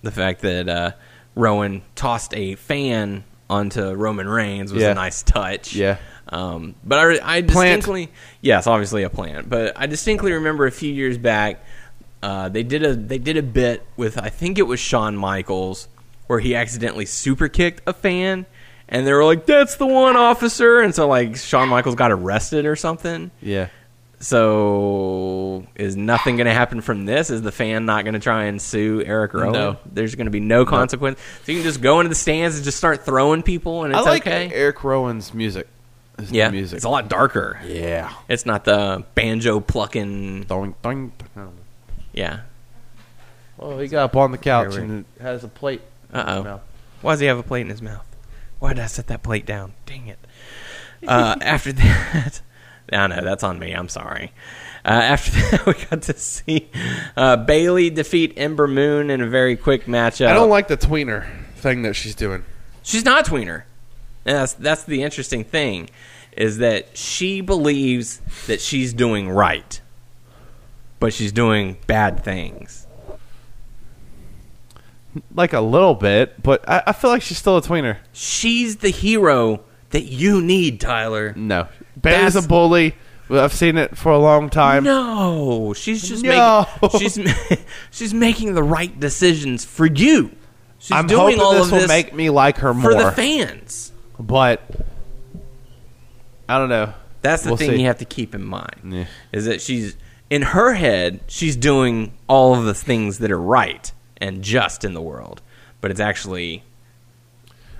S5: the fact that uh, Rowan tossed a fan onto Roman Reigns was
S6: Yeah.
S5: a nice touch.
S6: Yeah.
S5: Um, but I, I
S6: Plant.
S5: distinctly, yes, obviously a plant. But I distinctly remember a few years back, uh, they did a they did a bit with I think it was Shawn Michaels where he accidentally super kicked a fan, and they were like, "That's the one, officer," and so like Shawn Michaels got arrested or something.
S6: Yeah.
S5: So is nothing going to happen from this? Is the fan not going to try and sue Eric Rowan?
S6: No.
S5: There's going to be no consequence. So you can just go into the stands and just start throwing people, and it's
S6: I like
S5: okay.
S6: Eric Rowan's music. is
S5: Yeah,
S6: the music.
S5: it's a lot darker.
S6: yeah.
S5: It's not the banjo plucking.
S6: Doing, doing, doing.
S5: Yeah.
S6: Well, Oh, he got up on the couch
S5: Very
S6: and has a plate.
S5: Uh oh.
S6: No.
S5: Why does he have a plate in his mouth? Why did I set that plate down? Dang it. Uh, after that, I know that's on me. I'm sorry. Uh, after that, we got to see uh, Bailey defeat Ember Moon in a very quick matchup.
S6: I don't like the tweener thing that she's doing.
S5: She's not a tweener. And that's that's the interesting thing is that she believes that she's doing right, but she's doing bad things.
S6: Like a little bit, but I, I feel like she's still a tweener.
S5: She's the hero that you need, Tyler.
S6: No. Bailey's
S5: That's-
S6: a bully. I've seen it for a long time.
S5: No, she's just
S6: No.
S5: making she's ma- she's making the right decisions for you. She's
S6: I'm
S5: doing
S6: hoping
S5: all
S6: this
S5: of
S6: will
S5: this
S6: make me like her
S5: for
S6: more.
S5: the fans.
S6: but I don't know.
S5: That's the
S6: We'll
S5: thing
S6: see.
S5: you have to keep in mind
S6: Yeah.
S5: is that she's in her head she's doing all of the things that are right and just in the world, but it's actually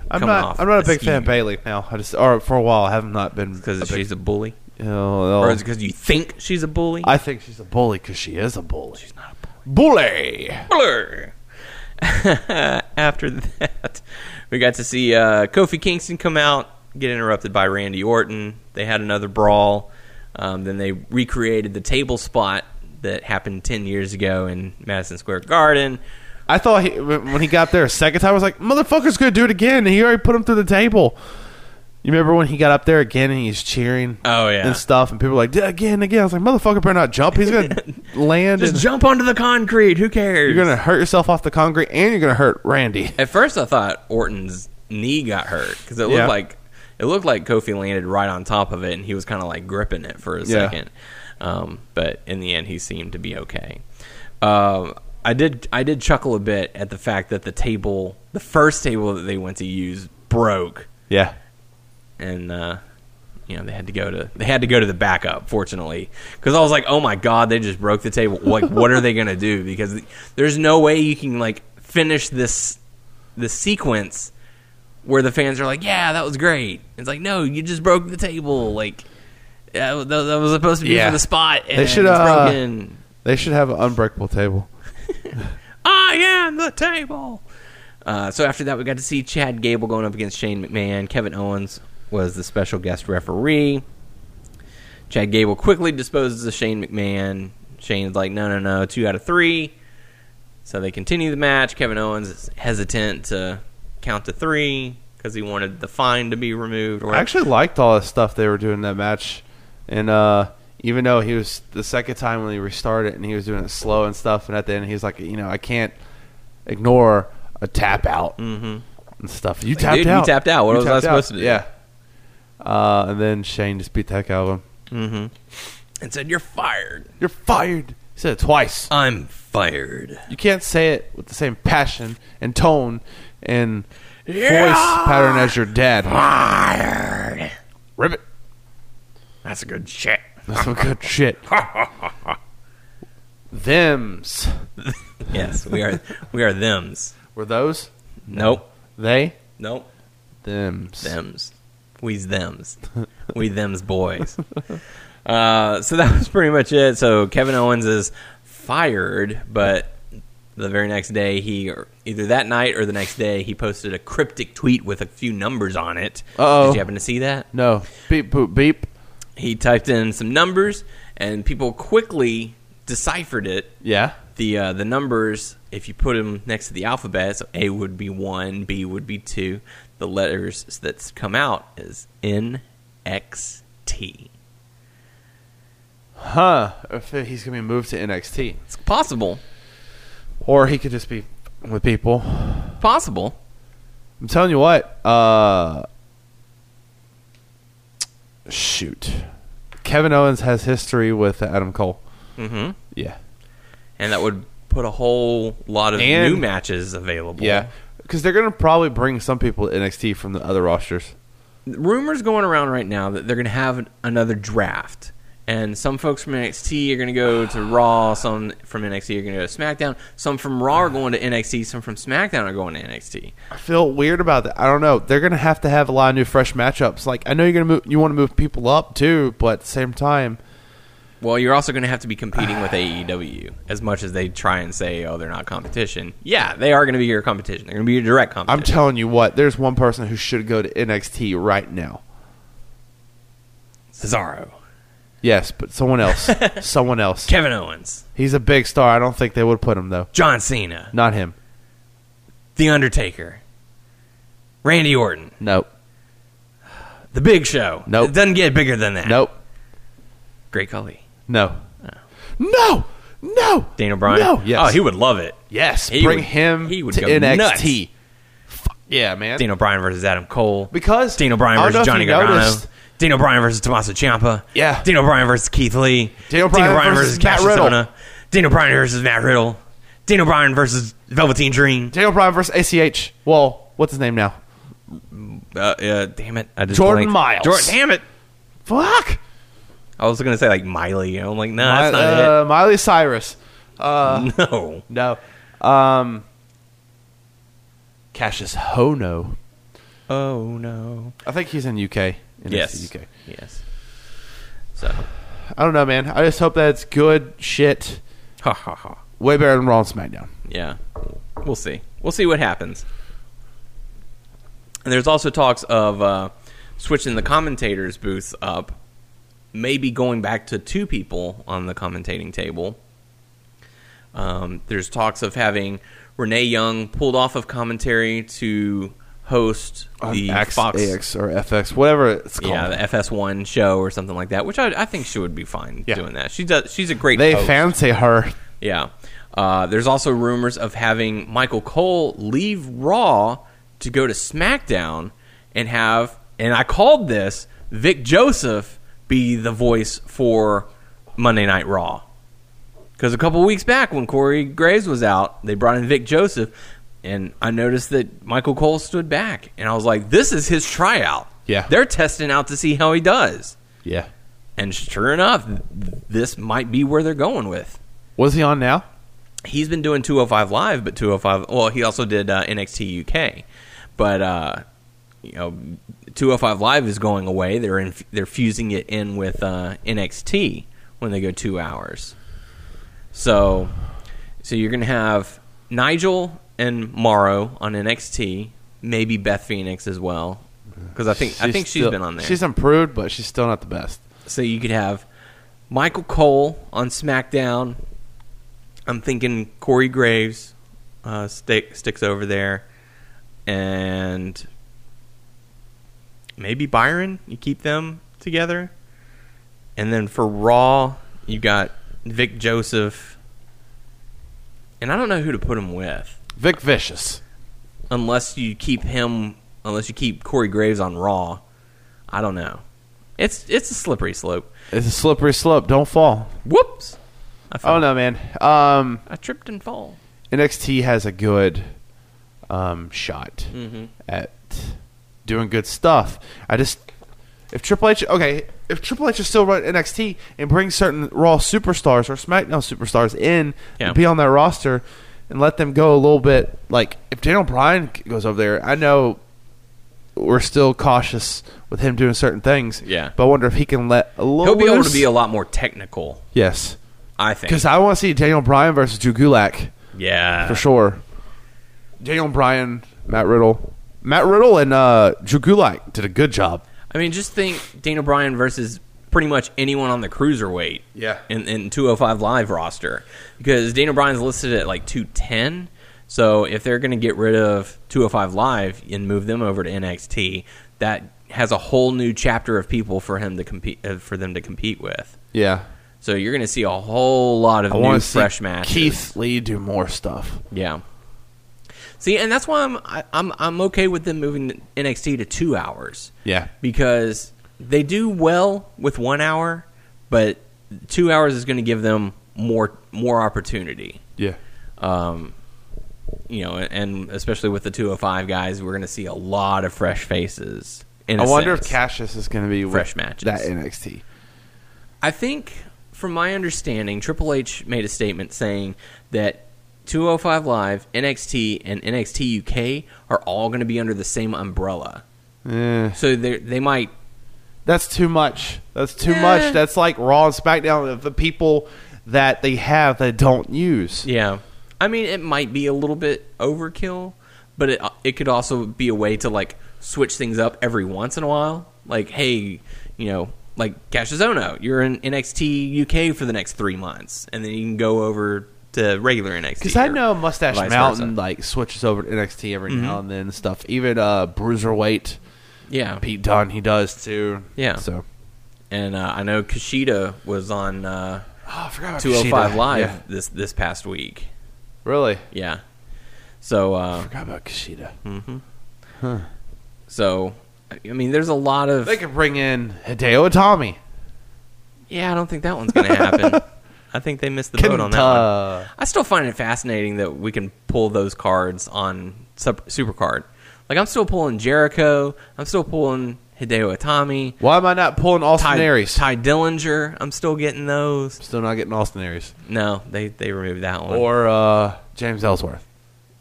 S6: I'm
S5: coming
S6: not.
S5: off
S6: I'm not a
S5: a
S6: big fan of
S5: scheme.
S6: Bailey now. I just or for a while I have not been
S5: because
S6: a big-
S5: she's a bully,
S6: Oh, no.
S5: or is it because you think she's a bully?
S6: I think she's a bully because she is a bully. She's not a bully. Bully.
S5: Blur. After that, we got to see uh, Kofi Kingston come out, get interrupted by Randy Orton. They had another brawl. Um, then they recreated the table spot that happened 10 years ago in Madison Square Garden.
S6: I thought he, when when he got there a second time, I was like, "Motherfucker's gonna do it again." He already put him through the table. You remember when he got up there again and he's cheering?
S5: Oh, yeah.
S6: and stuff, and people were like, "Yeah, "Again, again." I was like, "Motherfucker, better not jump. He's gonna land.
S5: Just
S6: and
S5: jump onto the concrete. Who cares?
S6: You're gonna hurt yourself off the concrete, and you're gonna hurt Randy."
S5: At first, I thought Orton's knee got hurt because it looked
S6: Yeah.
S5: like it looked like Kofi landed right on top of it, and he was kind of like gripping it for a
S6: Yeah.
S5: second. Um, but in the end, he seemed to be okay. Um, I did I did chuckle a bit at the fact that the table, the first table that they went to use, broke,
S6: Yeah,
S5: and uh, you know they had to go to they had to go to the backup. Fortunately, because I was like, oh my god, they just broke the table. Like, what are they gonna do? Because there's no way you can like finish this the sequence where the fans are like, yeah, that was great. It's like, no, you just broke the table. Like. That, wa- that was supposed to be
S6: Yeah.
S5: for the spot, and
S6: should,
S5: it's
S6: uh,
S5: broken.
S6: they should have an unbreakable table.
S5: I am the table. Uh, so after that, we got to see Chad Gable going up against Shane McMahon. Kevin Owens was the special guest referee. Chad Gable quickly disposes of Shane McMahon. Shane's like, no, no, no, two out of three. So they continue the match. Kevin Owens is hesitant to count to three because he wanted the fine to be removed. Or
S6: I actually liked all the stuff they were doing in that match, and uh, even though he was the second time when he restarted and he was doing it slow and stuff, and at the end he was like, you know, I can't ignore a tap out and stuff. You tapped
S5: Mm-hmm. dude, you
S6: out.
S5: tapped out. What was I supposed to do?
S6: Yeah. Uh, and then Shane just beat the heck out of him.
S5: and said, you're fired.
S6: You're fired. He said it twice.
S5: I'm fired.
S6: You can't say it with the same passion and tone and voice pattern as your dad.
S5: Fired.
S6: Ribbit.
S5: That's a good shit.
S6: That's some good shit. Them's.
S5: Yes, we are. we are them's.
S6: Were those?
S5: Nope.
S6: They?
S5: Nope.
S6: Them's.
S5: Them's. We's them's. we them's boys. Uh, so that was pretty much it. So Kevin Owens is fired, but the very next day he or either that night or the next day he posted a cryptic tweet with a few numbers on it.
S6: Uh-oh.
S5: Did you happen to see that?
S6: No. Beep, boop, beep.
S5: He typed in some numbers and people quickly deciphered it
S6: Yeah.
S5: the uh, the numbers if you put them next to the alphabet so a would be 1 b would be 2 the letters that's come out is n x t
S6: Huh. If he's going to be moved to NXT.
S5: it's possible
S6: Or he could just be with people.
S5: possible
S6: I'm telling you what. Uh, shoot. Kevin Owens has history with Adam Cole.
S5: mhm
S6: Yeah.
S5: and that would put a whole lot of
S6: And-
S5: new matches available
S6: Yeah. Because they're going to probably bring some people to NXT from the other rosters.
S5: rumors going around right now that they're going to have an- another draft And some folks from NXT are going to go to Raw. Some from NXT are going to go to SmackDown. Some from Raw are going to NXT. Some from SmackDown are going to NXT.
S6: I feel weird about that. I don't know. They're gonna have to have a lot of new fresh matchups. Like I know you're gonna move, you want to move people up too, but at the same time,
S5: Well, you're also going to have to be competing with AEW as much as they try and say, oh, they're not competition. Yeah, they are going to be your competition. They're going to be your direct competition.
S6: I'm telling you what, there's one person who should go to NXT right now.
S5: Cesaro,
S6: Yes, but someone else, someone else.
S5: Kevin Owens,
S6: He's a big star. I don't think they would put him though.
S5: John Cena,
S6: Not him.
S5: The Undertaker, Randy Orton,
S6: Nope.
S5: The Big Show.
S6: Nope.
S5: It doesn't get bigger than that.
S6: Nope.
S5: Great Cully.
S6: No. No. No.
S5: Daniel Bryan.
S6: No. Yes.
S5: Oh, he would love it.
S6: Yes.
S5: He
S6: bring
S5: would-
S6: him
S5: he would
S6: to
S5: go
S6: NXT.
S5: nuts.
S6: Fuck yeah, man.
S5: Daniel Bryan versus Adam Cole.
S6: Because
S5: Daniel Bryan
S6: I don't know
S5: versus
S6: if
S5: Johnny
S6: you
S5: Gargano.
S6: noticed-
S5: Daniel Bryan versus Tommaso Ciampa.
S6: Yeah.
S5: Daniel Bryan versus Keith Lee.
S6: Daniel Bryan versus Matt Riddle.
S5: Cassiusona. Daniel Bryan versus Matt Riddle. Daniel Bryan versus Velveteen Dream.
S6: Daniel Bryan versus ACH. Well, what's his name now?
S5: Uh, uh, damn it. I just
S6: Jordan
S5: blanked.
S6: Miles.
S5: Jordan, damn it.
S6: Fuck.
S5: I was going to say like Miley. I'm like, no,
S6: Mi-
S5: that's not
S6: uh, Miley Cyrus.
S5: it. No.
S6: No. Um, Cassius Hono.
S5: Oh, no.
S6: I think he's in UK. In
S5: Yes.
S6: UK.
S5: Yes. So,
S6: I don't know, man. I just hope that's good shit.
S5: ha ha ha.
S6: Way better than Raw and SmackDown.
S5: Yeah. We'll see. We'll see what happens. And there's also talks of uh, switching the commentators' booths up, maybe going back to two people on the commentating table. Um, there's talks of having Renee Young pulled off of commentary to host
S6: On
S5: the
S6: X,
S5: Fox,
S6: AX, or FX, whatever it's called.
S5: yeah, the FS1 show or something like that, which I, I think she would be fine
S6: Yeah.
S5: doing that. She does. She's a great.
S6: they
S5: host.
S6: fancy her.
S5: Yeah. Uh, there's also rumors of having Michael Cole leave Raw to go to SmackDown and have, and I called this, Vic Joseph be the voice for Monday Night Raw. Because a couple weeks back when Corey Graves was out, they brought in Vic Joseph, and I noticed that Michael Cole stood back. And I was like, this is his tryout.
S6: Yeah.
S5: They're testing out to see how he does.
S6: Yeah.
S5: And sure enough, th- this might be where they're going with
S6: Was he on now?
S5: he's been doing 205 live but 205 well he also did uh, nxt uk but uh you know 205 live is going away they're in, they're fusing it in with uh nxt when they go two hours so so you're gonna have nigel and morrow on nxt maybe beth phoenix as well because i think i
S6: She's
S5: think she's
S6: still-
S5: been on there
S6: She's improved, but she's still not the best.
S5: so you could have Michael Cole on SmackDown. I'm thinking Corey Graves uh, stick, sticks over there, and maybe Byron. You keep them together, and then for Raw, you got Vic Joseph, and I don't know who to put him with
S6: Vic Vicious.
S5: unless you keep him unless you keep Corey Graves on Raw. I don't know. It's it's a slippery slope.
S6: It's a slippery slope. Don't fall.
S5: Whoops. I fell.
S6: Oh no, man. Um,
S5: I tripped and fall.
S6: NXT has a good um, shot
S5: Mm-hmm.
S6: at doing good stuff. I just if Triple H okay if Triple H is still run NXT and bring certain Raw superstars or SmackDown superstars in
S5: Yeah.
S6: to be on that roster and let them go a little bit like if Daniel Bryan goes over there, I know we're still cautious with him doing certain things.
S5: Yeah.
S6: but I wonder if he can let a little.
S5: He'll be able to
S6: loose.
S5: be a lot more technical,
S6: yes,
S5: I think.
S6: because I want to see Daniel Bryan versus Drew Gulak
S5: yeah.
S6: for sure. Daniel Bryan, Matt Riddle, Matt Riddle, and uh, Drew Gulak did a good job.
S5: I mean, just think Dana Bryan versus pretty much anyone on the cruiserweight.
S6: Yeah.
S5: In, in 205 Live roster. Because Dana Bryan's listed at like 210. So if they're going to get rid of 205 Live and move them over to NXT, that has a whole new chapter of people for him to compete uh, for them to compete with.
S6: Yeah,
S5: So you're going to see a whole lot of
S6: I
S5: new
S6: want to see
S5: fresh matches.
S6: Keith Lee do more stuff.
S5: Yeah. See, and that's why I'm I, I'm I'm okay with them moving NXT to two hours.
S6: Yeah.
S5: because they do well with one hour, but two hours is going to give them more more opportunity.
S6: Yeah,
S5: Um, you know, and especially with the 205 guys, we're going to see a lot of fresh faces. In
S6: I
S5: a
S6: wonder if
S5: sense.
S6: Cassius is going to be with
S5: Fresh matches.
S6: that NXT.
S5: I think, from my understanding, Triple H made a statement saying that 205 Live, NXT, and NXT UK are all going to be under the same umbrella.
S6: Eh,
S5: So they they might
S6: that's too much. That's too much. That's like Raw and SmackDown of the people that they have that don't use.
S5: Yeah, I mean, it might be a little bit overkill, but it it could also be a way to like switch things up every once in a while. Like, hey, you know, like Cashizono, you're in NXT UK for the next three months, and then you can go over to regular NXT.
S6: Because I
S5: or
S6: know Mustache
S5: vice
S6: Mountain
S5: versa. Mm-hmm.
S6: like switches over to NXT every now and then and stuff. Even uh, Bruiserweight
S5: yeah,
S6: Pete Dunne he does too.
S5: Oh. Yeah.
S6: So
S5: and uh, I know Kushida was on uh,
S6: oh, I forgot about
S5: 205
S6: Kushida.
S5: Live
S6: Yeah.
S5: this this past week.
S6: Really
S5: Yeah, so uh,
S6: forgot about Kushida.
S5: so I mean, there's a lot of
S6: They could bring in Hideo Itami.
S5: Yeah, I don't think that one's going to happen. I think they missed the boat on that one.
S6: Kenta.
S5: I still find it fascinating that we can pull those cards on Sup- Supercard. Like, I'm still pulling Jericho. I'm still pulling Hideo Itami.
S6: Why am I not pulling Austin
S5: Ty,
S6: Aries?
S5: Ty Dillinger. I'm still getting those.
S6: Still not getting Austin Aries
S5: No, they, they removed that one.
S6: or uh, James Ellsworth.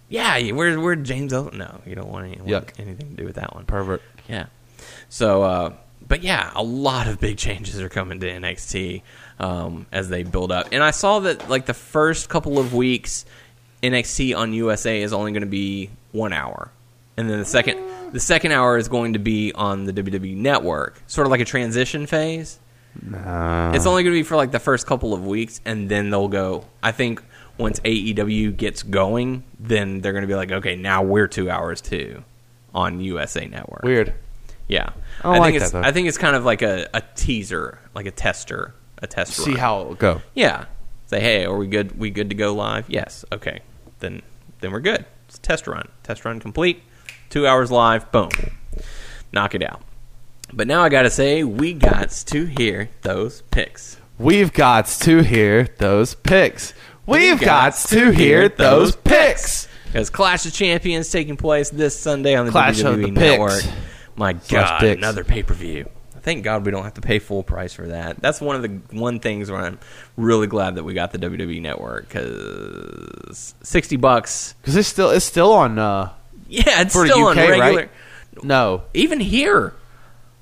S5: yeah, you- we're, we're James El- No, you don't want anyone,
S6: Yuck.
S5: anything to do with that one.
S6: Pervert.
S5: Yeah. So, uh, but yeah, a lot of big changes are coming to NXT um, as they build up. And I saw that like the first couple of weeks, NXT on USA is only going to be one hour, and then the second the second hour is going to be on the WWE Network, sort of like a transition phase. It's only going to be for like the first couple of weeks, and then they'll go. I think once AEW gets going, then they're going to be like, okay, now we're two hours too on USA Network.
S6: Weird.
S5: Yeah,
S6: I don't
S5: think
S6: like
S5: it's,
S6: that, though.
S5: I think it's kind of like a, a teaser, like a tester, a test.
S6: See
S5: run.
S6: how it'll go.
S5: Yeah. Say, hey, are we good? We good to go live? Yes. Okay. Then then we're good. It's a test run. Test run complete. Two hours live. Boom. Knock it out. But now I gotta say, we got to hear those picks.
S6: We've got to hear those picks. We've got
S5: gots
S6: to hear those picks.
S5: Because Clash of Champions taking place this Sunday on the
S6: Clash
S5: WWE
S6: of the Picks.
S5: Network. My God,
S6: picks.
S5: another pay per view. Thank God we don't have to pay full price for that. That's one of the one things where I'm really glad that we got the WWE Network because sixty bucks.
S6: Because it's still it's still on. Uh,
S5: Yeah, it's
S6: For
S5: still on
S6: UK, right?
S5: regular.
S6: no,
S5: Even here,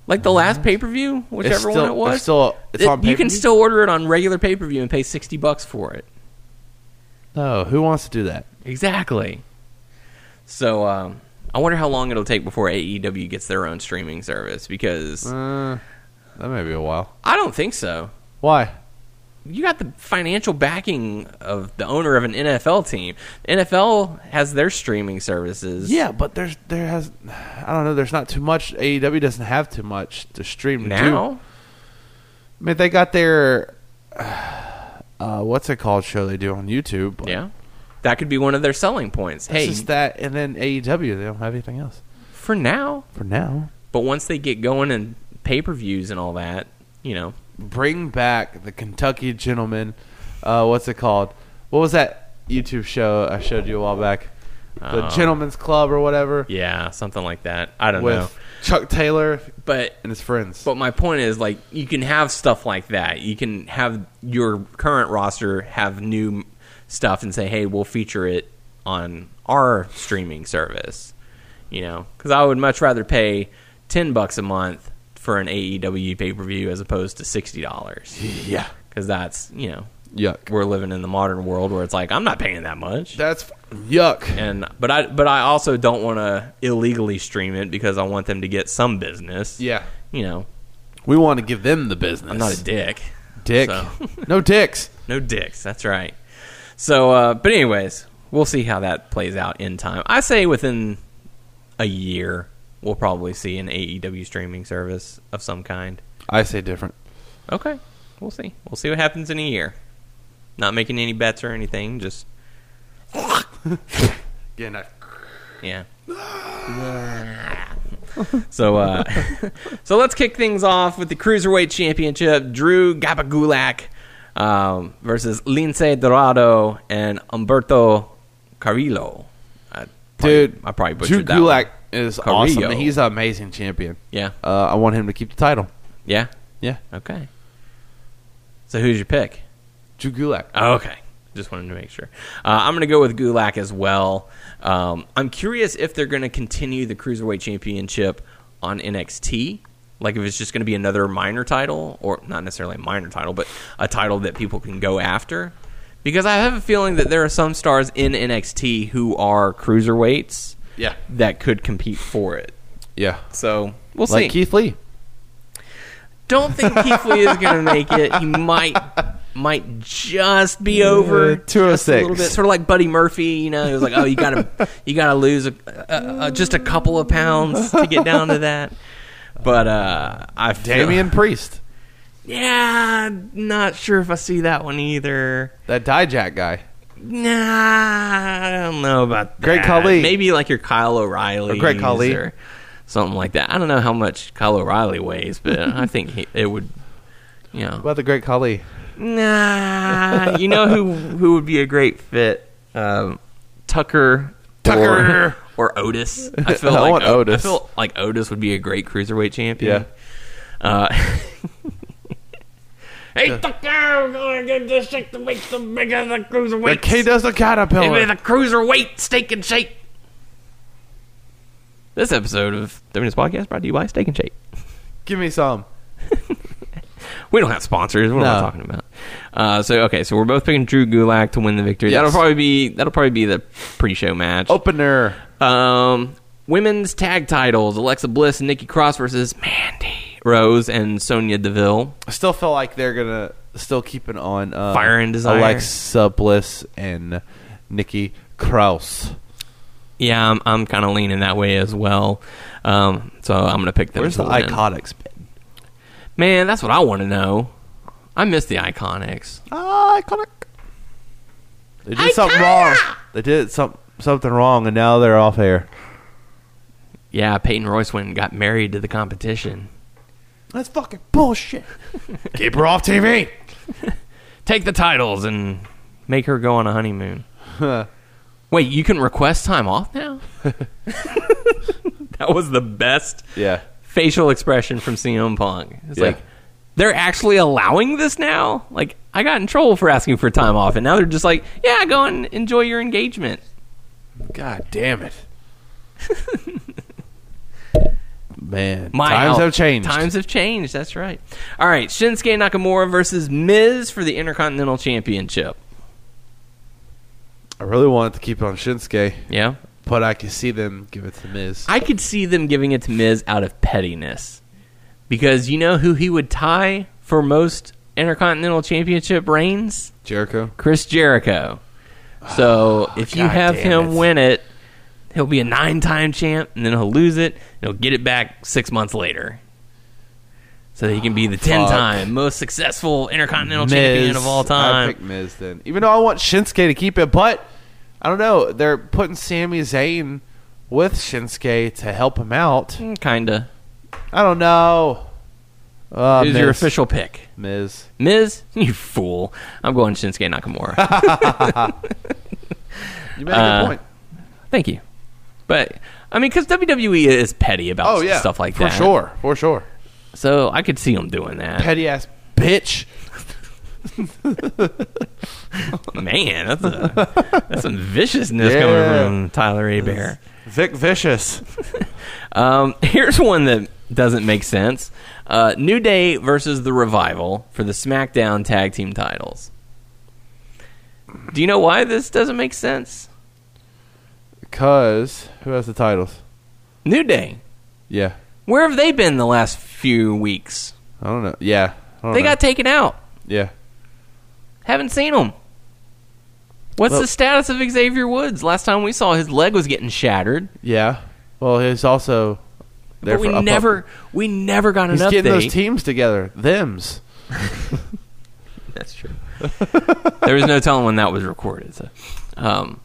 S5: like the last pay per view, whichever
S6: still-
S5: one it was,
S6: it's still- it's on
S5: you can
S6: pay-per-view?
S5: still order it on regular pay per view and pay sixty bucks for it.
S6: no. Who wants to do that?
S5: Exactly. So um, I wonder how long it'll take before AEW gets their own streaming service because
S6: Uh, that may be a while.
S5: I don't think so.
S6: Why?
S5: You got the financial backing of the owner of an NFL team. NFL has their streaming services.
S6: Yeah, but there's there has I don't know. There's not too much. AEW doesn't have too much to stream to do.
S5: Now,
S6: I mean, they got their uh, what's it called show they do on YouTube. but
S5: yeah, that could be one of their selling points.
S6: it's
S5: Hey,
S6: just that, and then AEW they don't have anything else
S5: for now,
S6: for now.
S5: but once they get going and pay per views and all that, you know,
S6: Bring back the Kentucky Gentleman. Uh, what's it called? What was that YouTube show I showed you a while back? The
S5: Uh,
S6: Gentleman's Club or whatever
S5: yeah, something like that. I don't
S6: with
S5: know,
S6: Chuck Taylor
S5: but
S6: and his friends.
S5: But my point is, like, you can have stuff like that. You can have your current roster have new m- stuff and say, "Hey, we'll feature it on our streaming service." You know, because I would much rather pay ten bucks a month for an AEW pay per view as opposed to sixty dollars.
S6: yeah,
S5: Because that's you know,
S6: yuck.
S5: we're living in the modern world where it's like I'm not paying that much.
S6: That's yuck.
S5: and but I but I also don't want to illegally stream it because I want them to get some business.
S6: Yeah,
S5: You know,
S6: we want to give them the business.
S5: I'm not a dick.
S6: dick.
S5: so.
S6: no dicks.
S5: No dicks. That's right. So, uh, but anyways, we'll see how that plays out in time. I say within a year, we'll probably see an AEW streaming service of some kind.
S6: I say different.
S5: Okay, we'll see. We'll see what happens in a year. Not making any bets or anything. Just
S6: Yeah, no.
S5: yeah. so, uh, so let's kick things off with the cruiserweight championship: Drew Gabagulak um, versus Lince Dorado and Umberto Carrillo. I probably-
S6: dude.
S5: I probably
S6: Drew
S5: butchered that. one.
S6: Gulak is awesome.
S5: Carrillo.
S6: and He's an amazing champion.
S5: Yeah,
S6: Uh, I want him to keep the title.
S5: yeah,
S6: Yeah,
S5: okay. So who's your pick?
S6: Drew Gulak.
S5: Oh, okay. Just wanted to make sure. Uh, I'm going to go with Gulak as well. Um, I'm curious if they're going to continue the Cruiserweight Championship on NXT. Like if it's just going to be another minor title, or not necessarily a minor title, but a title that people can go after. Because I have a feeling that there are some stars in NXT who are cruiserweights
S6: Yeah.
S5: that could compete for it.
S6: Yeah.
S5: So we'll
S6: like
S5: see.
S6: Keith Lee.
S5: Don't think Keith Lee is going to make it. He might might just be over
S6: Uh,
S5: just a little
S6: 206.
S5: bit, sort of like Buddy Murphy. You know, he was like, "Oh, you got to you got to lose a, a, a, just a couple of pounds to get down to that." But uh, I feel,
S6: Damian Priest.
S5: yeah, not sure if I see that one either.
S6: That Dijak guy.
S5: Nah, I don't know about that.
S6: Great Khali.
S5: Maybe like your Kyle O'Reilly.
S6: Or Great Khali.
S5: Or something like that. I don't know how much Kyle O'Reilly weighs, but I think he, it would, you know.
S6: About the great Khali.
S5: Nah. You know who who would be a great fit? Um, Tucker.
S6: Tucker.
S5: Or, or Otis. I feel
S6: I
S5: like
S6: want
S5: O-
S6: Otis.
S5: I feel like Otis would be a great cruiserweight champion.
S6: Yeah.
S5: Uh, hey, Tucker, I'm going to get this shake the weight the bigger the
S6: The
S5: cruiserweight.
S6: K does the
S5: Give me
S6: caterpillar.
S5: the cruiserweight steak and shake. This episode of WNS Podcast brought to you by Steak and Shake.
S6: Give me some.
S5: We don't have sponsors. What am I
S6: No.
S5: talking about? Uh, so okay, so we're both picking Drew Gulak to win the victory.
S6: Yes.
S5: That'll probably be that'll probably be the pre-show match.
S6: Opener.
S5: Um, women's tag titles: Alexa Bliss and Nikki Cross versus Mandy Rose and Sonya Deville.
S6: I still feel like they're gonna still keep it on uh,
S5: Fire and Desire.
S6: Alexa Bliss and Nikki Kraus.
S5: Yeah, I'm, I'm kind of leaning that way as well. Um, so I'm gonna pick them.
S6: Where's
S5: to
S6: the
S5: win.
S6: Iconics been?
S5: Man, that's what I want to know. I miss the Iconics.
S6: Ah, iconic. They did something wrong. They did some something wrong, and now they're off air.
S5: Yeah, Peyton Royce went and got married to the competition.
S6: That's fucking bullshit. Keep her off TV.
S5: Take the titles and make her go on a honeymoon. Wait, you can request time off now? that was the best
S6: Yeah.
S5: facial expression from CM Punk. It's
S6: Yeah.
S5: like they're actually allowing this now? Like I got in trouble for asking for time off and now they're just like, "Yeah, go and enjoy your engagement."
S6: God damn it. Man,
S5: My
S6: times
S5: out-
S6: have changed.
S5: Times have changed. That's right. All right, Shinsuke Nakamura versus Miz for the Intercontinental Championship.
S6: I really wanted to keep it on Shinsuke,
S5: Yeah,
S6: but I can see them give it to Miz.
S5: I could see them giving it to Miz out of pettiness, because you know who he would tie for most Intercontinental Championship reigns?
S6: Jericho.
S5: Chris Jericho. So if you
S6: Oh, God
S5: have
S6: damn
S5: him
S6: it.
S5: win it, he'll be a nine-time champ, and then he'll lose it, and he'll get it back six months later. So that he can be the ten-time most successful Intercontinental champion of all
S6: I
S5: time.
S6: pick Miz then. Even though I want Shinsuke to keep it, but I don't know. They're putting Sami Zayn with Shinsuke to help him out.
S5: Mm, Kinda.
S6: I don't know. Uh,
S5: Who's your
S6: Miz.
S5: official pick?
S6: Miz?
S5: Miz, you fool. I'm going Shinsuke Nakamura.
S6: You made a
S5: Uh,
S6: good point.
S5: Thank you. But I mean, because WWE E is petty about
S6: Oh
S5: s-
S6: yeah,
S5: stuff like
S6: for
S5: that.
S6: sure, for sure.
S5: So I could see them doing that.
S6: Petty ass bitch.
S5: Man, that's, a, that's some viciousness coming
S6: Yeah.
S5: from Tyler A. Bear.
S6: Vic Vicious.
S5: Um, here's one that doesn't make sense uh, New Day versus The Revival for the SmackDown Tag Team titles. Do you know why this doesn't make sense?
S6: Cause who has the titles?
S5: New Day.
S6: Yeah,
S5: Where have they been the last few weeks?
S6: I don't know. Yeah, I don't
S5: They
S6: know.
S5: got taken out.
S6: yeah.
S5: Haven't seen him. What's
S6: Well-
S5: the status of Xavier Woods? Last time we saw his leg was getting shattered,
S6: Yeah. Well, he's also there
S5: but we
S6: for up, up.
S5: never we never got an
S6: He's
S5: update.
S6: getting those teams together. Them's.
S5: That's true. there was no telling when that was recorded. So. Um,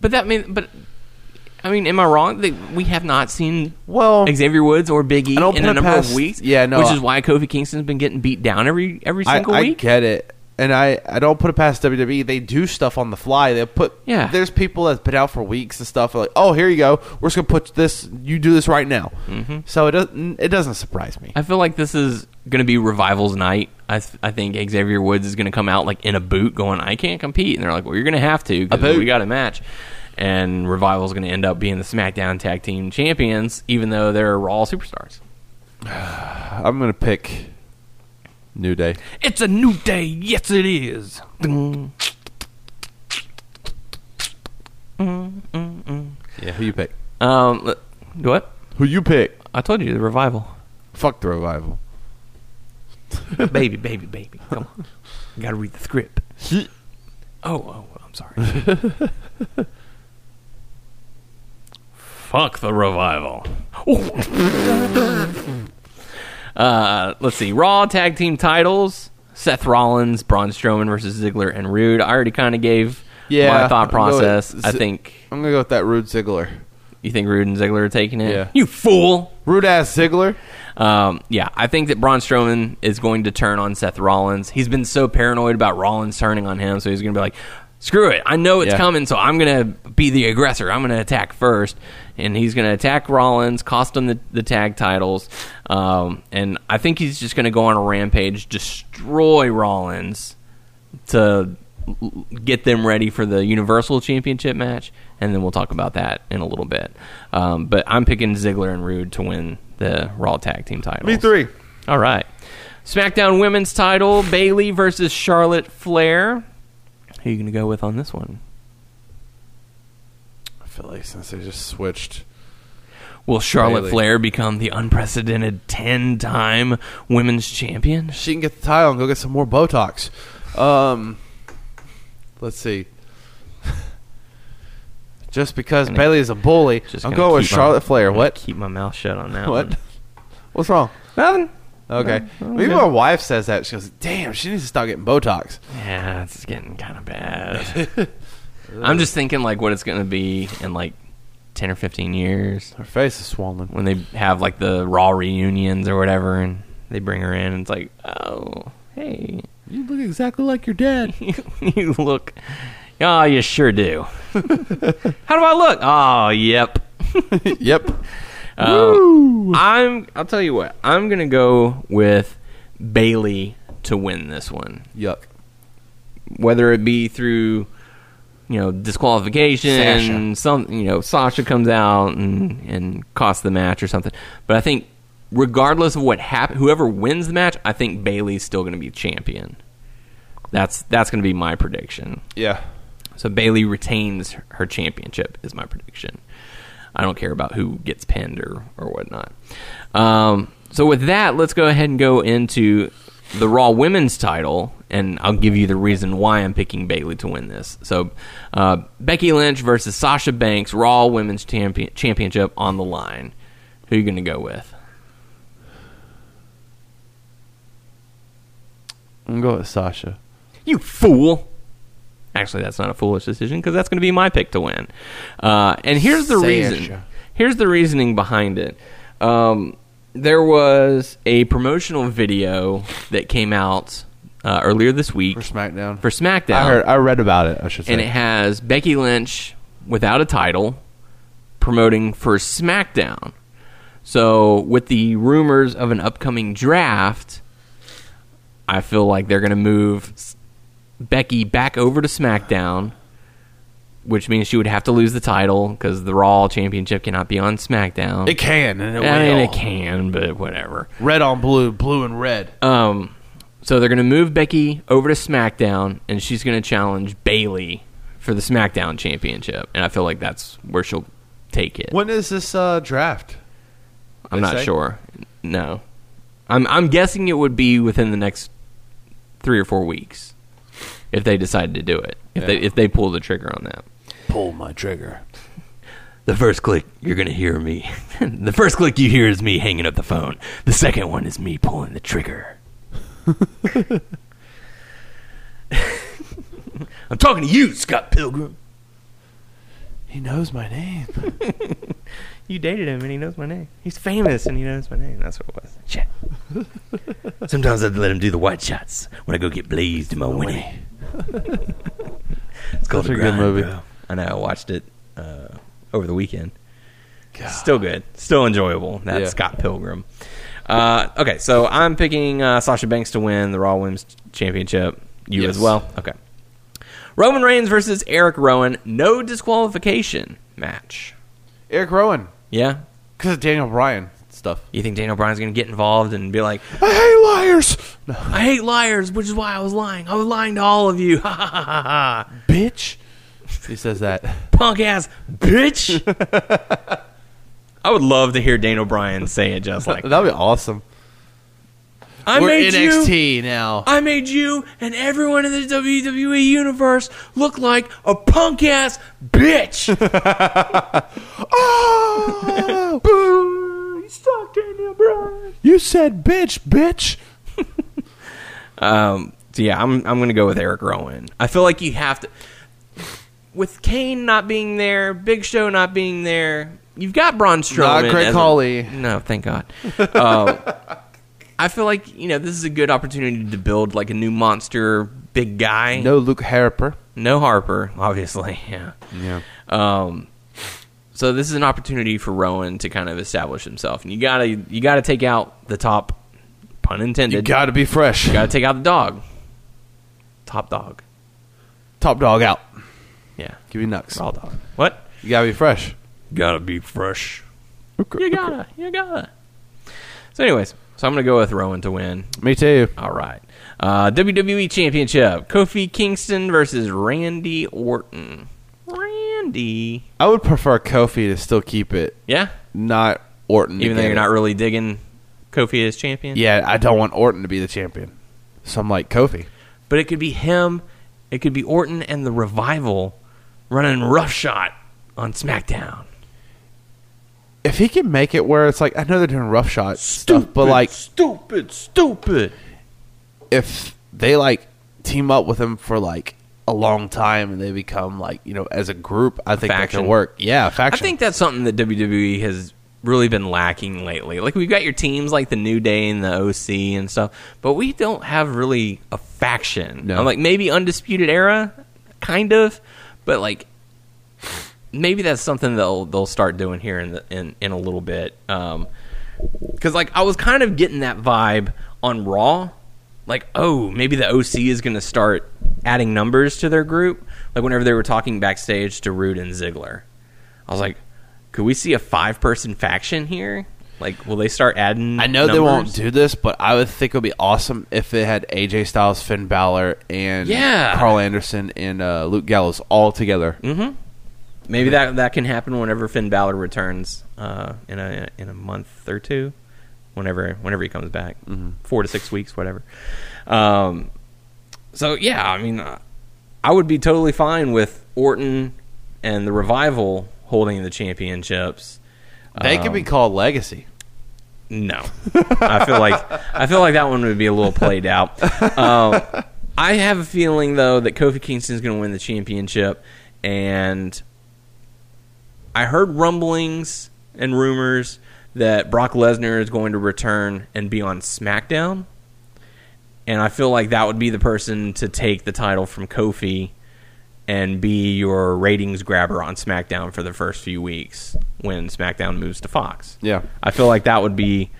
S5: but that mean, but I mean, am I wrong? That we have not seen
S6: Well,
S5: Xavier Woods or Big E
S6: I don't
S5: in
S6: put
S5: a
S6: it
S5: number
S6: past-
S5: of weeks.
S6: yeah, no,
S5: which
S6: I-
S5: is why Kofi Kingston's been getting beat down every every
S6: I,
S5: single
S6: I
S5: week.
S6: get it. and I, I don't put it past WWE. They do stuff on the fly. They put
S5: Yeah.
S6: There's people that's been out for weeks and stuff. Like, oh, here you go. We're just gonna put this. You do this right now.
S5: Mm-hmm.
S6: So it doesn't it doesn't surprise me.
S5: I feel like this is going to be revivals night. I, th- I think Xavier Woods is going to come out like in a boot, going, "I can't compete," and they're like, "Well, you're going to have to
S6: boot.
S5: because we got a match." And revival's going to end up being the SmackDown Tag Team Champions, even though they're Raw superstars.
S6: I'm gonna pick New Day.
S5: It's a new day. Yes, it is.
S6: Yeah, who you pick?
S5: Um, l- what?
S6: Who you pick?
S5: I told you the revival.
S6: Fuck the revival.
S5: baby, baby, baby. Come on. You gotta read the script. oh, oh, I'm sorry. Fuck the revival. uh, let's see. Raw tag team titles. Seth Rollins, Braun Strowman versus Ziggler and Rude. I already kind of gave
S6: Yeah,
S5: my thought
S6: I'm going with
S5: process. I
S6: Z-
S5: think
S6: I'm gonna go with that Rude Ziggler.
S5: you think Rude and Ziggler are taking it.
S6: Yeah.
S5: You fool.
S6: Rude ass Ziggler.
S5: Um, yeah, I think that Braun Strowman is going to turn on Seth Rollins. He's been so paranoid about Rollins turning on him, so he's going to be like, "Screw it! I know it's
S6: Yeah.
S5: coming, so I'm going to be the aggressor. I'm going to attack first. and he's going to attack Rollins, cost him the, the tag titles, um, and I think he's just going to go on a rampage, destroy Rollins to l- get them ready for the Universal Championship match, and then we'll talk about that in a little bit. Um, but I'm picking Ziggler and Rude to win the Raw Tag Team title.
S6: Me three.
S5: All right. SmackDown Women's title Bailey versus Charlotte Flair. Who you going to go with on this one?
S6: I feel like since they just switched.
S5: Will Charlotte
S6: Bayley.
S5: Flair become the unprecedented 10 time women's champion?
S6: She can get the title and go get some more Botox. Um, let's see. Just because
S5: Gonna-
S6: Bailey is a bully, I'm
S5: gonna
S6: going with
S5: keep my-
S6: Charlotte Flair.
S5: gonna
S6: What?
S5: Keep my mouth shut on that
S6: What?
S5: one.
S6: What's wrong?
S5: Nothing.
S6: Okay. Maybe my wife says that. She goes, "Damn, she needs to stop getting Botox."
S5: Yeah, it's getting kind of bad. I'm just thinking like what it's going to be in like 10 or 15 years
S6: Her face is swollen.
S5: when they have like the Raw reunions or whatever and they bring her in and it's like, "Oh, hey,
S6: You look exactly like your dad.
S5: you look Oh, you sure do. How do I look? Oh, yep.
S6: yep.
S5: Um, I'm I'll tell you what. I'm going to go with Bailey to win this one.
S6: Yuck.
S5: whether it be through you know disqualification
S6: Sasha.
S5: some you know Sasha comes out and and costs the match or something but I think regardless of what happens whoever wins the match I think Bailey's still going to be champion that's that's going to be my prediction
S6: Yeah.
S5: so Bailey retains her championship is my prediction. I don't care about who gets pinned or or whatnot. Um, so with that, let's go ahead and go into the Raw Women's title, and I'll give you the reason why I'm picking Bailey to win this. So uh, Becky Lynch versus Sasha Banks, Raw Women's champion, Championship on the line. Who you going to go with?
S6: I'm going with Sasha.
S5: You fool. Actually, that's not a foolish decision because that's going to be my pick to win. Uh, and here's the
S6: Sasha.
S5: reason. Here's the reasoning behind it. Um, there was a promotional video that came out uh, earlier this week
S6: For SmackDown.
S5: for SmackDown,
S6: I heard. I read about it. I should say.
S5: and it has Becky Lynch without a title promoting for SmackDown. So, with the rumors of an upcoming draft, I feel like they're going to move S- Becky back over to SmackDown, which means she would have to lose the title because the Raw Championship cannot be on SmackDown.
S6: It can. And it
S5: I mean,
S6: will.
S5: it can, but whatever.
S6: Red on blue, blue and red.
S5: Um, so they're going to move Becky over to SmackDown, and she's going to challenge Bailey for the SmackDown Championship. And I feel like that's where she'll take it.
S6: When is this uh, draft?
S5: I'm
S6: they
S5: not
S6: say?
S5: sure. No, I'm I'm guessing it would be within the next three or four weeks if they decide to do it. If they
S6: Yeah.
S5: if they pull the trigger on that.
S6: Pull my trigger.
S5: The first click, you're going to hear me. the first click you hear is me hanging up the phone. The second one is me pulling the trigger. I'm talking to you, Scott Pilgrim.
S6: He knows my name.
S5: You dated him and he knows my name. He's famous and he knows my name. That's what it was. Shit. Sometimes I let him do the white shots when I go get blazed in my Winnie. it's called
S6: Such
S5: a
S6: a good
S5: grind,
S6: movie.
S5: bro. I know. I watched it uh, over the weekend. Still good. Still enjoyable. That's
S6: Yeah.
S5: Scott Pilgrim. Uh, okay, so I'm picking uh, Sasha Banks to win the Raw Women's Championship. You as
S6: Yes.
S5: well. Okay. Roman Reigns versus Eric Rowan. No disqualification match.
S6: Eric Rowan
S5: Yeah.
S6: because of Daniel Bryan stuff.
S5: You think Daniel Bryan's going to get involved and be like,
S6: I hate liars, No.
S5: I hate liars, which is why I was lying. I was lying to all of you. Ha ha ha ha ha.
S6: bitch. He says that.
S5: Punk ass bitch. I would love to hear Daniel Bryan say it just like
S6: That'd be awesome.
S5: I
S6: We're
S5: made you.
S6: NXT now.
S5: I made you and everyone in the WWE universe look like a punk ass bitch.
S6: Oh, boo! You suck, Daniel Bryan. You said bitch, bitch.
S5: um, so yeah, I'm I'm gonna go with Eric Rowan. I feel like you have to. With Kane not being there, Big Show not being there, you've got Braun Strowman.
S6: Not Great
S5: as a-
S6: Khali.
S5: No, thank God. Um, I feel like you know this is a good opportunity to build like a new monster, big guy.
S6: No, Luke Harper.
S5: No Harper, obviously. Yeah.
S6: Yeah.
S5: Um, so this is an opportunity for Rowan to kind of establish himself, and you gotta you gotta take out the top, pun intended.
S6: You gotta be fresh.
S5: gotta take out the dog. Top dog.
S6: Top dog out.
S5: Yeah.
S6: Give me Nux.
S5: Raw dog. What?
S6: You gotta be fresh.
S5: Gotta be fresh. You gotta. You gotta. So, anyways, so I'm gonna go with Rowan to win.
S6: Me too.
S5: All right. Uh, WWE Championship: Kofi Kingston versus Randy Orton. Randy.
S6: I would prefer Kofi to still keep it,
S5: Yeah.
S6: not Orton. to
S5: Even though
S6: get
S5: you're
S6: it.
S5: not really digging Kofi as champion.
S6: Yeah, I don't want Orton to be the champion. So I'm like Kofi.
S5: But it could be him. It could be Orton and the revival running roughshod on SmackDown.
S6: If he can make it where it's like I know they're doing rough shot stuff, but like
S5: stupid, stupid.
S6: if they like team up with him for like a long time and they become like you know as a group, I think that
S5: faction.
S6: could work. Yeah,
S5: I
S6: faction.
S5: think that's something that WWE has really been lacking lately. Like we've got your teams like the New Day and the OC and stuff, but we don't have really a faction.
S6: No.
S5: I'm like maybe Undisputed Era, kind of, but like maybe that's something they'll they'll start doing here in the, in in a little bit. Um, because like I was kind of getting that vibe on Raw, like oh maybe the OC is going to start adding numbers to their group. Like whenever they were talking backstage to Rude and Ziggler, I was like, could we see a five person faction here? Like will they start adding?
S6: I know they won't
S5: numbers?
S6: do this, but I would think it would be awesome if they had AJ Styles, Finn Balor, and
S5: Yeah. Mm-hmm.
S6: Carl Anderson and uh, Luke Gallows all together.
S5: Maybe that that can happen whenever Finn Balor returns uh, in a in a month or two, whenever whenever he comes back, four to six weeks, whatever. Um, so yeah, I mean, uh, I would be totally fine with Orton and the revival holding the championships.
S6: They could be called Legacy.
S5: No, I feel like I feel like that one would be a little played out. Um, I have a feeling though that Kofi Kingston's going to win the championship, and I heard rumblings and rumors that Brock Lesnar is going to return and be on SmackDown, and I feel like that would be the person to take the title from Kofi and be your ratings grabber on SmackDown for the first few weeks when SmackDown moves to Fox.
S6: Yeah.
S5: I feel like that would be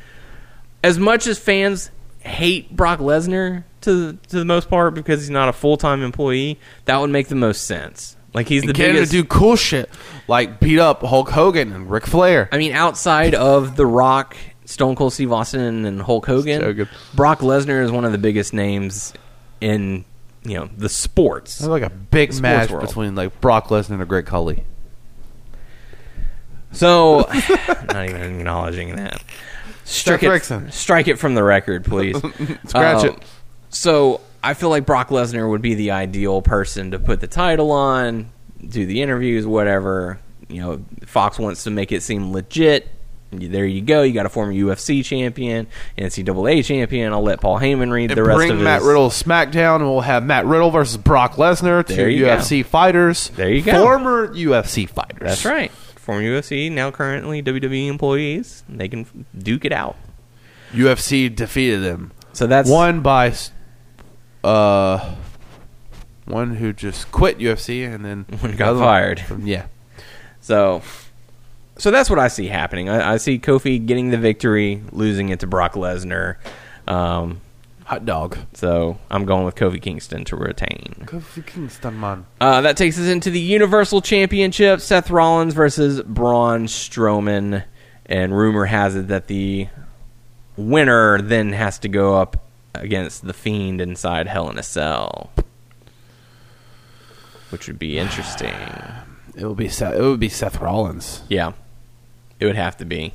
S5: as much as fans hate Brock Lesnar to to the most part because he's not a full time employee. That would make the most sense. Like he's the
S6: Get him to
S5: biggest.
S6: do cool shit like beat up Hulk Hogan and Ric Flair.
S5: I mean, outside of The Rock, Stone Cold Steve Austin, and Hulk Hogan,
S6: So good.
S5: Brock Lesnar is one of the biggest names in you know the sports.
S6: It's like a big
S5: Sports
S6: match
S5: world.
S6: between like Brock Lesnar and Great Khali.
S5: So, not even acknowledging that. Strike
S6: Rixon.
S5: it, strike it from the record, please.
S6: Scratch
S5: Uh,
S6: it.
S5: So I feel like Brock Lesnar would be the ideal person to put the title on, do the interviews, whatever. You know, Fox wants to make it seem legit. There you go. You got a former UFC champion, NCAA champion. I'll let Paul Heyman read
S6: And
S5: the rest
S6: bring
S5: of
S6: Matt
S5: his-
S6: Riddle to SmackDown, and we'll have Matt Riddle versus Brock Lesnar, two
S5: There you go.
S6: UFC fighters.
S5: There you go.
S6: Former UFC fighters.
S5: That's E right. Former UFC, now currently WWE employees. They can duke it out.
S6: UFC defeated him.
S5: So that's
S6: one by s- uh one who just quit UFC and then
S5: One got fired.
S6: From, yeah.
S5: So, so that's what I see happening. I, I see Kofi getting the victory, losing it to Brock Lesnar. Um,
S6: Hot dog.
S5: so I'm going with Kofi Kingston to retain.
S6: Kofi Kingston, man.
S5: Uh, that takes us into the Universal Championship: Seth Rollins versus Braun Strowman. And rumor has it that the winner then has to go up against the Fiend inside Hell in a Cell, which would be interesting.
S6: It would be Seth, it would be Seth Rollins.
S5: Yeah, it would have to be.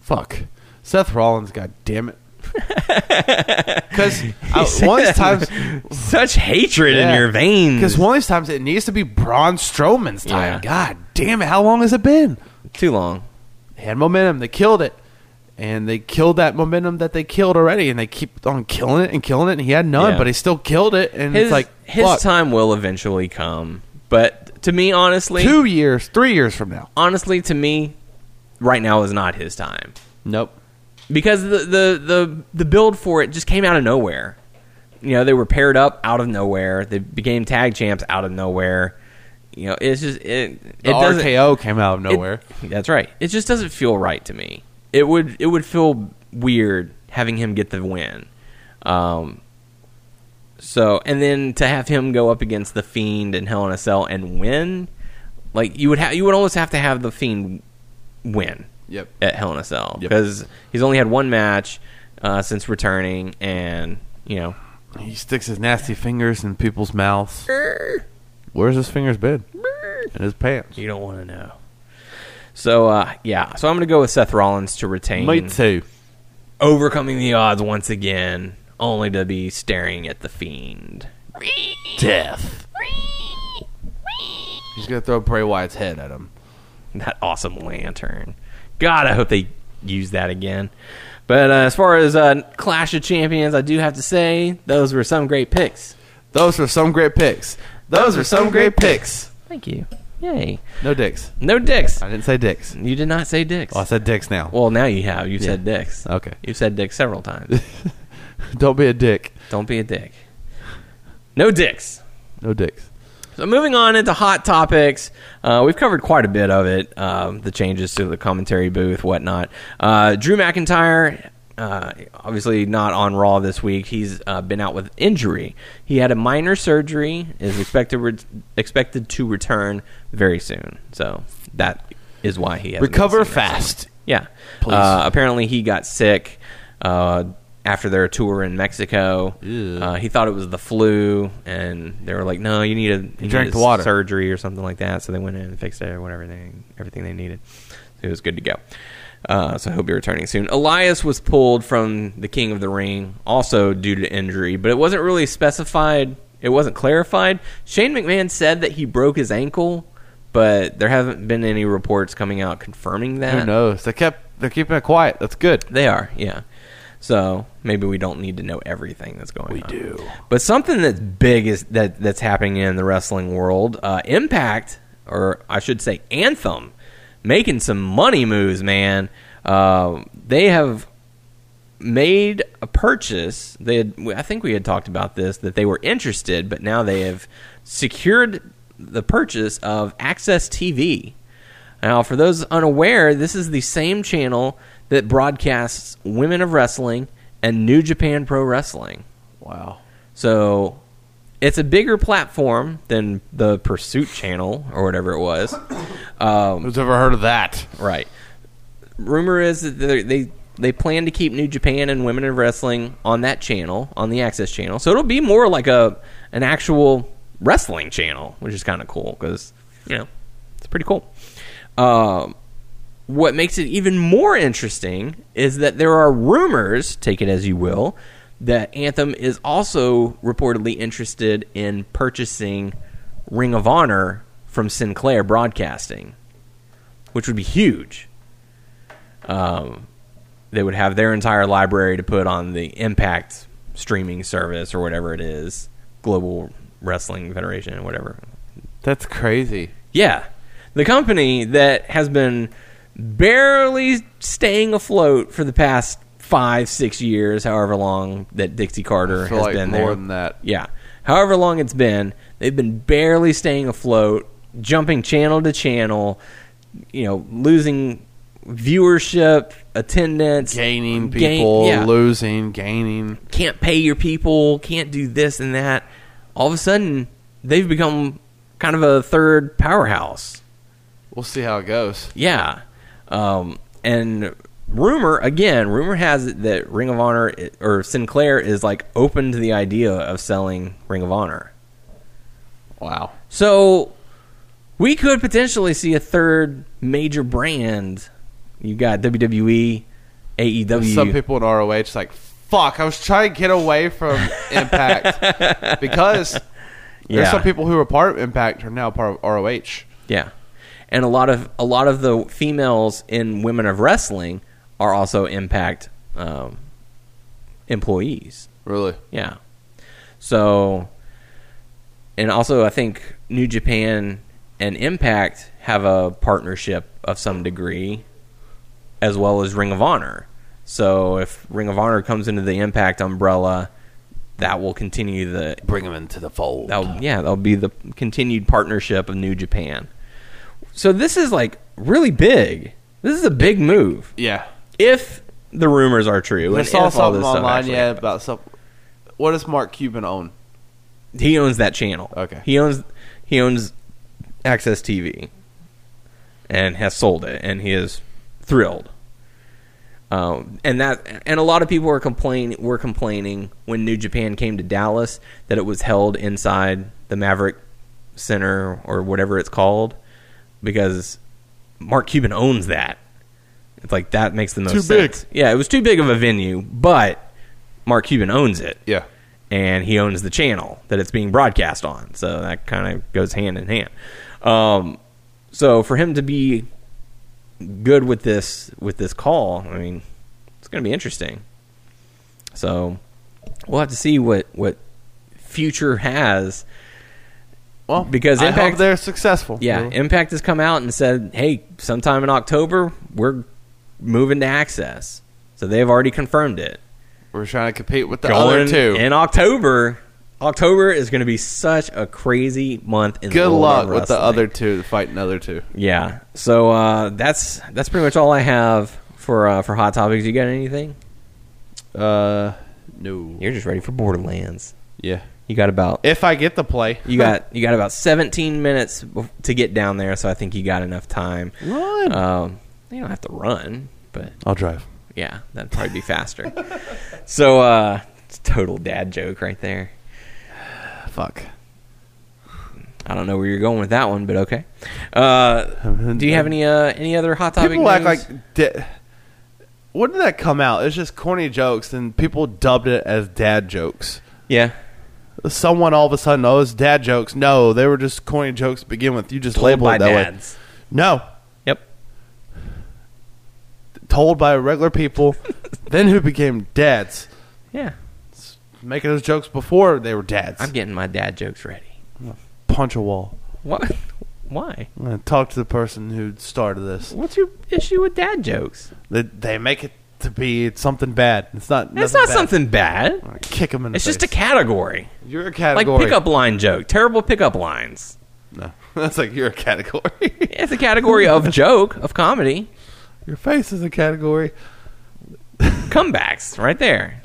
S6: Fuck. Seth Rollins, god damn it. Because uh, one of these times,
S5: Such hatred in
S6: Yeah.
S5: your veins.
S6: because one of these times, it needs to be Braun Strowman's time.
S5: Yeah.
S6: God damn it! How long has it been?
S5: too long.
S6: They had momentum. They killed it, and they killed that momentum that they killed already, and they keep on killing it and killing it. And he had none,
S5: Yeah.
S6: but he still killed it. And
S5: His
S6: it's like
S5: his
S6: fuck,
S5: time will eventually come. But to me, honestly,
S6: two years, three years from now.
S5: honestly, to me, right now is not his time
S6: Nope.
S5: because the the the the build for it just came out of nowhere. You know, they were paired up out of nowhere. They became tag champs out of nowhere. You know, it's just it.
S6: The
S5: it doesn't,
S6: RKO came out of
S5: It-
S6: nowhere.
S5: that's right. It just doesn't feel right to me. It would it would feel weird having him get the win. Um, so and then to have him go up against the Fiend and Hell in a Cell and win, like you would have you would almost have to have the Fiend win
S6: yep.
S5: at Hell in a Cell
S6: Yep.
S5: because he's only had one match uh, since returning, and you know.
S6: He sticks his nasty fingers in people's mouths. Where's his fingers been? In his pants.
S5: You don't want to know. So uh, yeah, so I'm gonna go with Seth Rollins to retain.
S6: Me too.
S5: overcoming the odds once again, only to be staring at the fiend.
S6: Death. He's gonna throw Bray Wyatt's head at him.
S5: That awesome lantern. God, I hope they use that again. But uh, as far as uh, Clash of Champions, I do have to say those were some great picks.
S6: Those are some great picks. Those are some great picks.
S5: Thank you. Yay.
S6: No dicks.
S5: No dicks.
S6: I didn't say dicks.
S5: You did not say dicks.
S6: Oh, I said dicks now.
S5: Well, now you have. You've said dicks.
S6: Okay.
S5: You've said dicks several times.
S6: Don't be a dick.
S5: Don't be a dick. No dicks.
S6: No dicks.
S5: So moving on into hot topics, uh, we've covered quite a bit of it. Um, the changes to the commentary booth, whatnot. Uh, Drew McIntyre, uh, obviously not on Raw this week. He's uh, been out with injury. He had a minor surgery. Is expected re- expected to return very soon. So that is why he has
S6: Recover fast.
S5: yeah.
S6: Please.
S5: Uh, apparently, he got sick uh, after their tour in Mexico. Uh, he thought it was the flu, and they were like, "No, you need a you
S6: drank
S5: need
S6: the
S5: a
S6: water.
S5: surgery or something like that." So they went in and fixed it, or whatever they everything they needed. So it was good to go. Uh, so he'll be returning soon. Elias was pulled from the King of the Ring, also due to injury, but it wasn't really specified. It wasn't clarified. Shane McMahon said that he broke his ankle, but there haven't been any reports coming out confirming that.
S6: Who knows? They kept. They're keeping it quiet. That's good.
S5: They are, yeah. So maybe we don't need to know everything that's going on.
S6: We do.
S5: But something that's big is that that's happening in the wrestling world. Uh, Impact, or I should say Anthem, making some money moves, man. Uh, they have made a purchase. They had, I think we had talked about this that they were interested, but now they have secured the purchase of Access TV. Now, for those unaware, this is the same channel that broadcasts Women of Wrestling and New Japan Pro Wrestling.
S6: Wow.
S5: So it's a bigger platform than the Pursuit channel or whatever it was.
S6: Who's ever heard of that?
S5: Right. Rumor is that they they- they plan to keep New Japan and Women in Wrestling on that channel, on the Access channel. So it'll be more like a an actual wrestling channel, which is kind of cool because you know it's pretty cool. Um, what makes it even more interesting is that there are rumors, take it as you will, that Anthem is also reportedly interested in purchasing Ring of Honor from Sinclair Broadcasting which would be huge. Um, they would have their entire library to put on the Impact streaming service or whatever it is, Global Wrestling Federation or whatever.
S6: That's crazy.
S5: Yeah, the company that has been barely staying afloat for the past five, six years, however long that Dixie Carter
S6: I feel
S5: has
S6: like
S5: been
S6: more
S5: there.
S6: than that.
S5: Yeah. However long it's been, they've been barely staying afloat, jumping channel to channel, you know, losing viewership, attendance,
S6: Gaining
S5: gain-
S6: people,
S5: yeah.
S6: losing, gaining.
S5: can't pay your people, can't do this and that. All of a sudden, they've become kind of a third powerhouse.
S6: We'll see how it goes.
S5: Yeah. Um, and rumor, again, rumor has it that Ring of Honor i- or Sinclair is like open to the idea of selling Ring of Honor.
S6: Wow.
S5: So we could potentially see a third major brand. You got E, WWE, AEW.
S6: Some people in ROH like, fuck, I was trying to get away from Impact because
S5: Yeah.
S6: there's some people who were part of Impact are now part of ROH.
S5: Yeah. And a lot of a lot of the females in Women of Wrestling are also Impact um, employees.
S6: Really?
S5: Yeah. So, and also I think New Japan and Impact have a partnership of some degree, as well as Ring of Honor. So if Ring of Honor comes into the Impact umbrella, that will continue the
S6: Bring them into the fold.
S5: that'll, yeah that'll be the continued partnership of New Japan. So this is like really big. This is a big move
S6: yeah.
S5: if the rumors are true.
S6: I
S5: and
S6: saw
S5: if all
S6: something
S5: this stuff
S6: online
S5: actually
S6: yeah
S5: happens.
S6: about some. What does Mark Cuban own?
S5: he owns that channel.
S6: Okay.
S5: He owns he owns Access TV and has sold it and he is thrilled. Um, and that and a lot of people were complaining were complaining when New Japan came to Dallas that it was held inside the Maverick Center or whatever it's called because Mark Cuban owns that. It's like that makes the most
S6: Too big.
S5: sense. Yeah, it was too big of a venue, but Mark Cuban owns it
S6: Yeah.
S5: and he owns the channel that it's being broadcast on. So that kind of goes hand in hand. Um, so for him to be good with this with this call, I mean, it's going to be interesting. So we'll have to see what what future has.
S6: Well,
S5: Because
S6: I
S5: Impact-
S6: hope they're successful.
S5: Yeah,
S6: Really.
S5: Impact has come out and said, "Hey, sometime in October, we're moving to Access." So they've already confirmed it.
S6: we're trying to compete with the
S5: going
S6: other two.
S5: in October. October is going to be such a crazy month in
S6: Good
S5: the world of
S6: luck with the
S5: wrestling.
S6: other two, fighting other two.
S5: Yeah. So uh, that's that's pretty much all I have for uh, for hot topics. You got anything?
S6: Uh, no.
S5: You're just ready for Borderlands.
S6: Yeah.
S5: You got about
S6: If I get the play,
S5: you got you got about 17 minutes bef- to get down there, so I think you got enough time.
S6: Run.
S5: Um, you don't have to run, but
S6: I'll drive.
S5: yeah, that'd probably be faster. so uh, it's a total dad joke right there.
S6: Fuck.
S5: I don't know where you're going with that one, but okay. Uh, do you have any uh, any other hot topic?
S6: People act
S5: news?
S6: like. Da- when did that come out? It's just corny jokes, and people dubbed it as dad jokes.
S5: yeah,
S6: Someone all of a sudden, oh, it's dad jokes. No, they were just corny jokes to begin with. You just labeled
S5: by
S6: it that
S5: dads.
S6: way. No,
S5: yep,
S6: told by regular people, then who became dads.
S5: yeah.
S6: Making those jokes before they were dads.
S5: I'm getting my dad jokes ready.
S6: punch a wall.
S5: What? Why?
S6: I'm gonna talk to the person who started this.
S5: What's your issue with dad jokes?
S6: They, they make it to be something bad. It's not.
S5: That's
S6: nothing
S5: not
S6: bad.
S5: something bad.
S6: I'm gonna kick them in the
S5: It's
S6: face.
S5: just a category,
S6: You're a
S5: like
S6: category.
S5: pickup line joke. Terrible pickup lines.
S6: No, that's like you're a category.
S5: It's a category of joke of comedy
S6: Your face is a category.
S5: comebacks right there.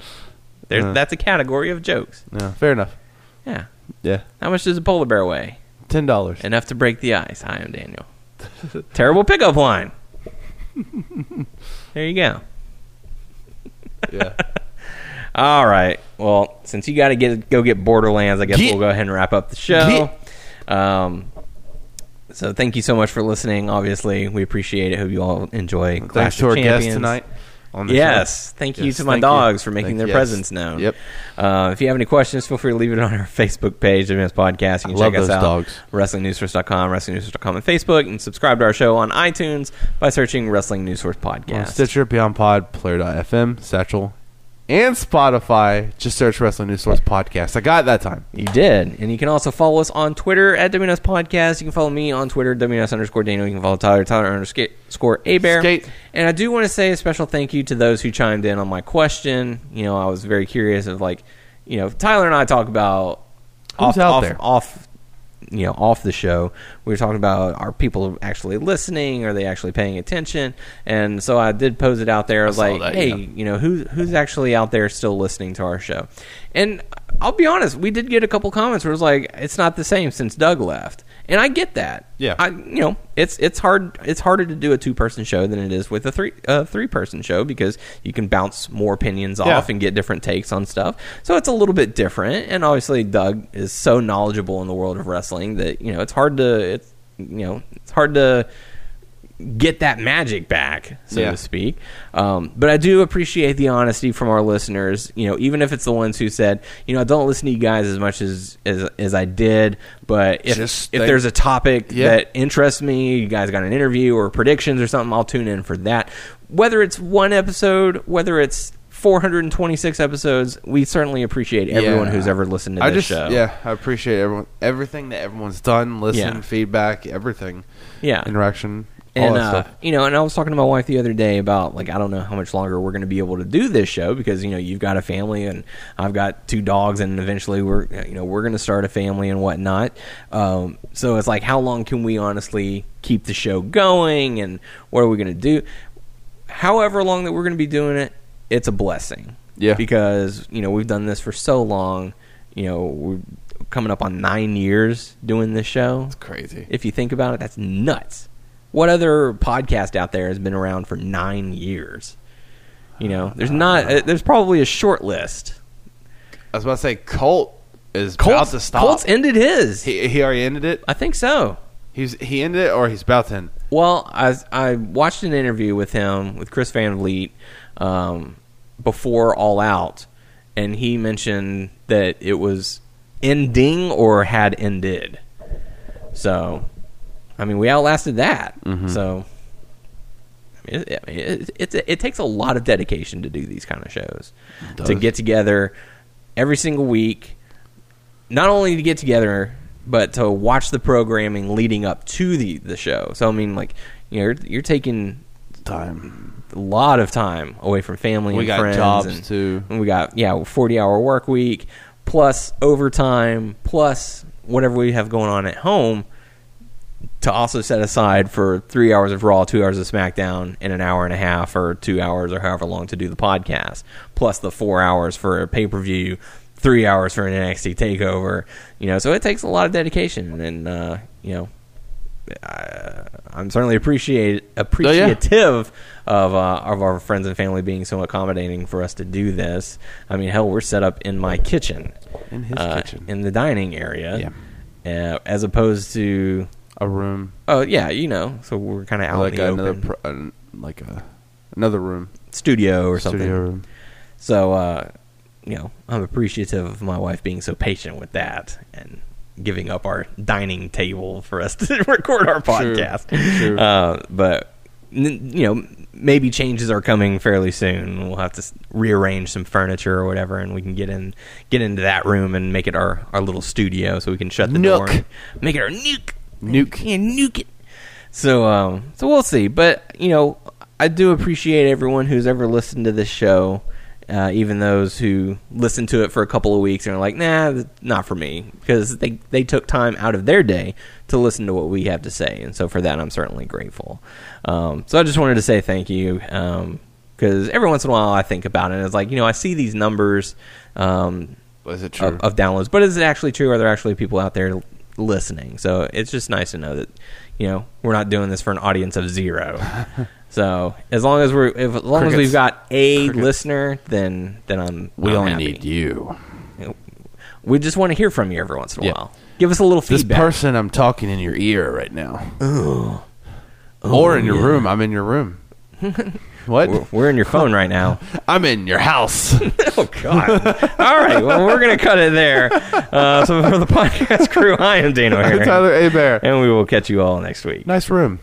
S5: There's,
S6: Uh.
S5: That's a category of jokes.
S6: No, fair enough.
S5: Yeah.
S6: Yeah,
S5: How much does a polar bear weigh?
S6: ten dollars.
S5: Enough to break the ice. Hi, I'm Daniel. Terrible pickup line. there you go.
S6: Yeah,
S5: All right. Well, since you got to get go get Borderlands, I guess
S6: Get-
S5: we'll go ahead and wrap up the show. Um, so thank you so much for listening. Obviously, we appreciate it. Hope you all enjoy
S6: thanks
S5: Clash
S6: to
S5: of
S6: our
S5: Champions
S6: guest tonight. On the
S5: Yes, thank you
S6: Yes,
S5: to my
S6: thank you.
S5: dogs for making
S6: Thank-
S5: their
S6: yes.
S5: presence known.
S6: Yep.
S5: Uh, if you have any questions, feel free to leave it on our Facebook page, WNS Podcast. You can
S6: I love
S5: check us
S6: those
S5: out.
S6: dogs.
S5: WrestlingNewsSource.com, WrestlingNewsSource.com, and Facebook, and subscribe to our show on iTunes by searching Wrestling News Source
S6: show. On
S5: Podcast.
S6: Stitcher, Beyond Pod, Player.fm, Satchel, and Spotify. Just search Wrestling News Source Podcast. I got it that time.
S5: You did. And you can also follow us on Twitter at WNS Podcast. You can follow me on Twitter, WNS underscore Daniel. You can follow Tyler, Tyler underscore A Bear.
S6: Skate.
S5: And I do want to say a special thank you to those who chimed in on my question. You know, I was very curious of like, you know, Tyler and I talk about
S6: Who's
S5: off,
S6: out
S5: off,
S6: there?
S5: off, you know, off the show. We were talking about are people actually listening? Are they actually paying attention? And so I did pose it out there. I was
S6: saw
S5: like,
S6: that,
S5: hey,
S6: yeah.
S5: you know, who who's actually out there still listening to our show? And I'll be honest, we did get a couple comments where it was like, it's not the same since Doug left. And I get that.
S6: Yeah.
S5: I you know, it's it's hard it's harder to do a two person show than it is with a three a three person show because you can bounce more opinions
S6: Yeah.
S5: off and get different takes on stuff. So it's a little bit different. And obviously, Doug is so knowledgeable in the world of wrestling that you know it's hard to it's you know it's hard to get that magic back, so
S6: Yeah.
S5: to speak. Um, but I do appreciate the honesty from our listeners. You know, even if it's the ones who said, you know, I don't listen to you guys as much as as, as I did, but if
S6: Just
S5: if
S6: they-
S5: there's a topic
S6: Yeah.
S5: that interests me, you guys got an interview or predictions or something, I'll tune in for that. Whether it's one episode, whether it's 426 episodes, we certainly appreciate everyone
S6: Yeah.
S5: who's ever listened to
S6: I
S5: this
S6: just
S5: show.
S6: yeah, I appreciate everyone everything that everyone's done, listen,
S5: Yeah.
S6: feedback, everything,
S5: Yeah.
S6: interaction, all
S5: and
S6: that
S5: uh,
S6: stuff.
S5: you know, and I was talking to my wife the other day about like I don't know how much longer we're going to be able to do this show because you know you've got a family and I've got two dogs and eventually we're you know we're going to start a family and whatnot. Um, so it's like how long can we honestly keep the show going and what are we going to do? However long that we're going to be doing it, it's a blessing.
S6: Yeah.
S5: because you know we've done this for so long. You know we're coming up on nine years doing this show. It's
S6: Crazy.
S5: if you think about it, that's nuts. What other podcast out there has been around for nine years? You know, there's not. uh, There's probably a short list.
S6: I was about to say Colt is about
S5: Colts,
S6: to stop.
S5: Colts ended his.
S6: he, he already ended it.
S5: I think so.
S6: He's he ended it or he's about to end.
S5: Well, I I watched an interview with him with Chris Van Vliet um, before All Out, and he mentioned that it was ending or had ended. So, I mean, we outlasted that.
S6: Mm-hmm.
S5: So, I mean, it, I mean, it, it's it takes a lot of dedication to do these kind of shows to
S6: does.
S5: get together every single week not only to get together but to watch the programming leading up to the the show. So I mean, like you know, you're, you're taking
S6: Time.
S5: a lot of time away from family.
S6: We
S5: and
S6: got
S5: friends
S6: jobs,
S5: and-
S6: too.
S5: and we got yeah, forty hour work week plus overtime plus whatever we have going on at home to also set aside for three hours of Raw, two hours of SmackDown, and an hour and a half or two hours or however long to do the podcast, plus the four hours for a pay per view, three hours for an NXT takeover. You know, so it takes a lot of dedication, and uh, you know, I, I'm certainly appreciate appreciative of uh, of our friends and family being so accommodating for us to do this. I mean, hell, we're set up in my kitchen,
S6: In his
S5: uh,
S6: kitchen.
S5: in the dining area,
S6: Yeah.
S5: uh, as opposed to
S6: A room.
S5: Oh yeah, you know. So we're kind of out
S6: like
S5: in the
S6: another
S5: open.
S6: pro, an- like a another room.
S5: studio or something.
S6: Studio room.
S5: So uh, you know, I'm appreciative of my wife being so patient with that and giving up our dining table for us to record our podcast.
S6: sure.
S5: Uh, but n- you know, maybe changes are coming fairly soon. We'll have to s- rearrange some furniture or whatever, and we can get in get into that room and make it our our little studio, so we can shut the
S6: Nook.
S5: door, and make it our nuke.
S6: Nuke.
S5: Yeah, nuke it. So, um, so we'll see. But you know, I do appreciate everyone who's ever listened to this show, uh, even those who listened to it for a couple of weeks and are like, "Nah, th- not for me," because they they took time out of their day to listen to what we have to say, and so for that, I'm certainly grateful. Um, so I just wanted to say thank you. Um, because every once in a while I think about it, and it's like you know I see these numbers, um,
S6: Was it true?
S5: of, of downloads. But is it actually true? Are there actually people out there listening? So it's just nice to know that you know we're not doing this for an audience of zero. so as long as we're, if, as long as we've
S6: Crickets.
S5: got a
S6: Crickets.
S5: listener, then then I'm.
S6: we
S5: I'm
S6: only
S5: happy.
S6: need you.
S5: We just want to hear from you every once in a
S6: Yeah.
S5: while. Give us a little
S6: This
S5: feedback.
S6: person I'm talking in your ear right now.
S5: Oh,
S6: or in your room. I'm in your room. what?
S5: We're- We're in your phone right now.
S6: I'm in your house.
S5: Oh God! All right, well we're gonna cut it there. Uh, so for the podcast crew, I am Dano here,
S6: Tyler A. Bear.
S5: and we will catch you all next week.
S6: Nice room.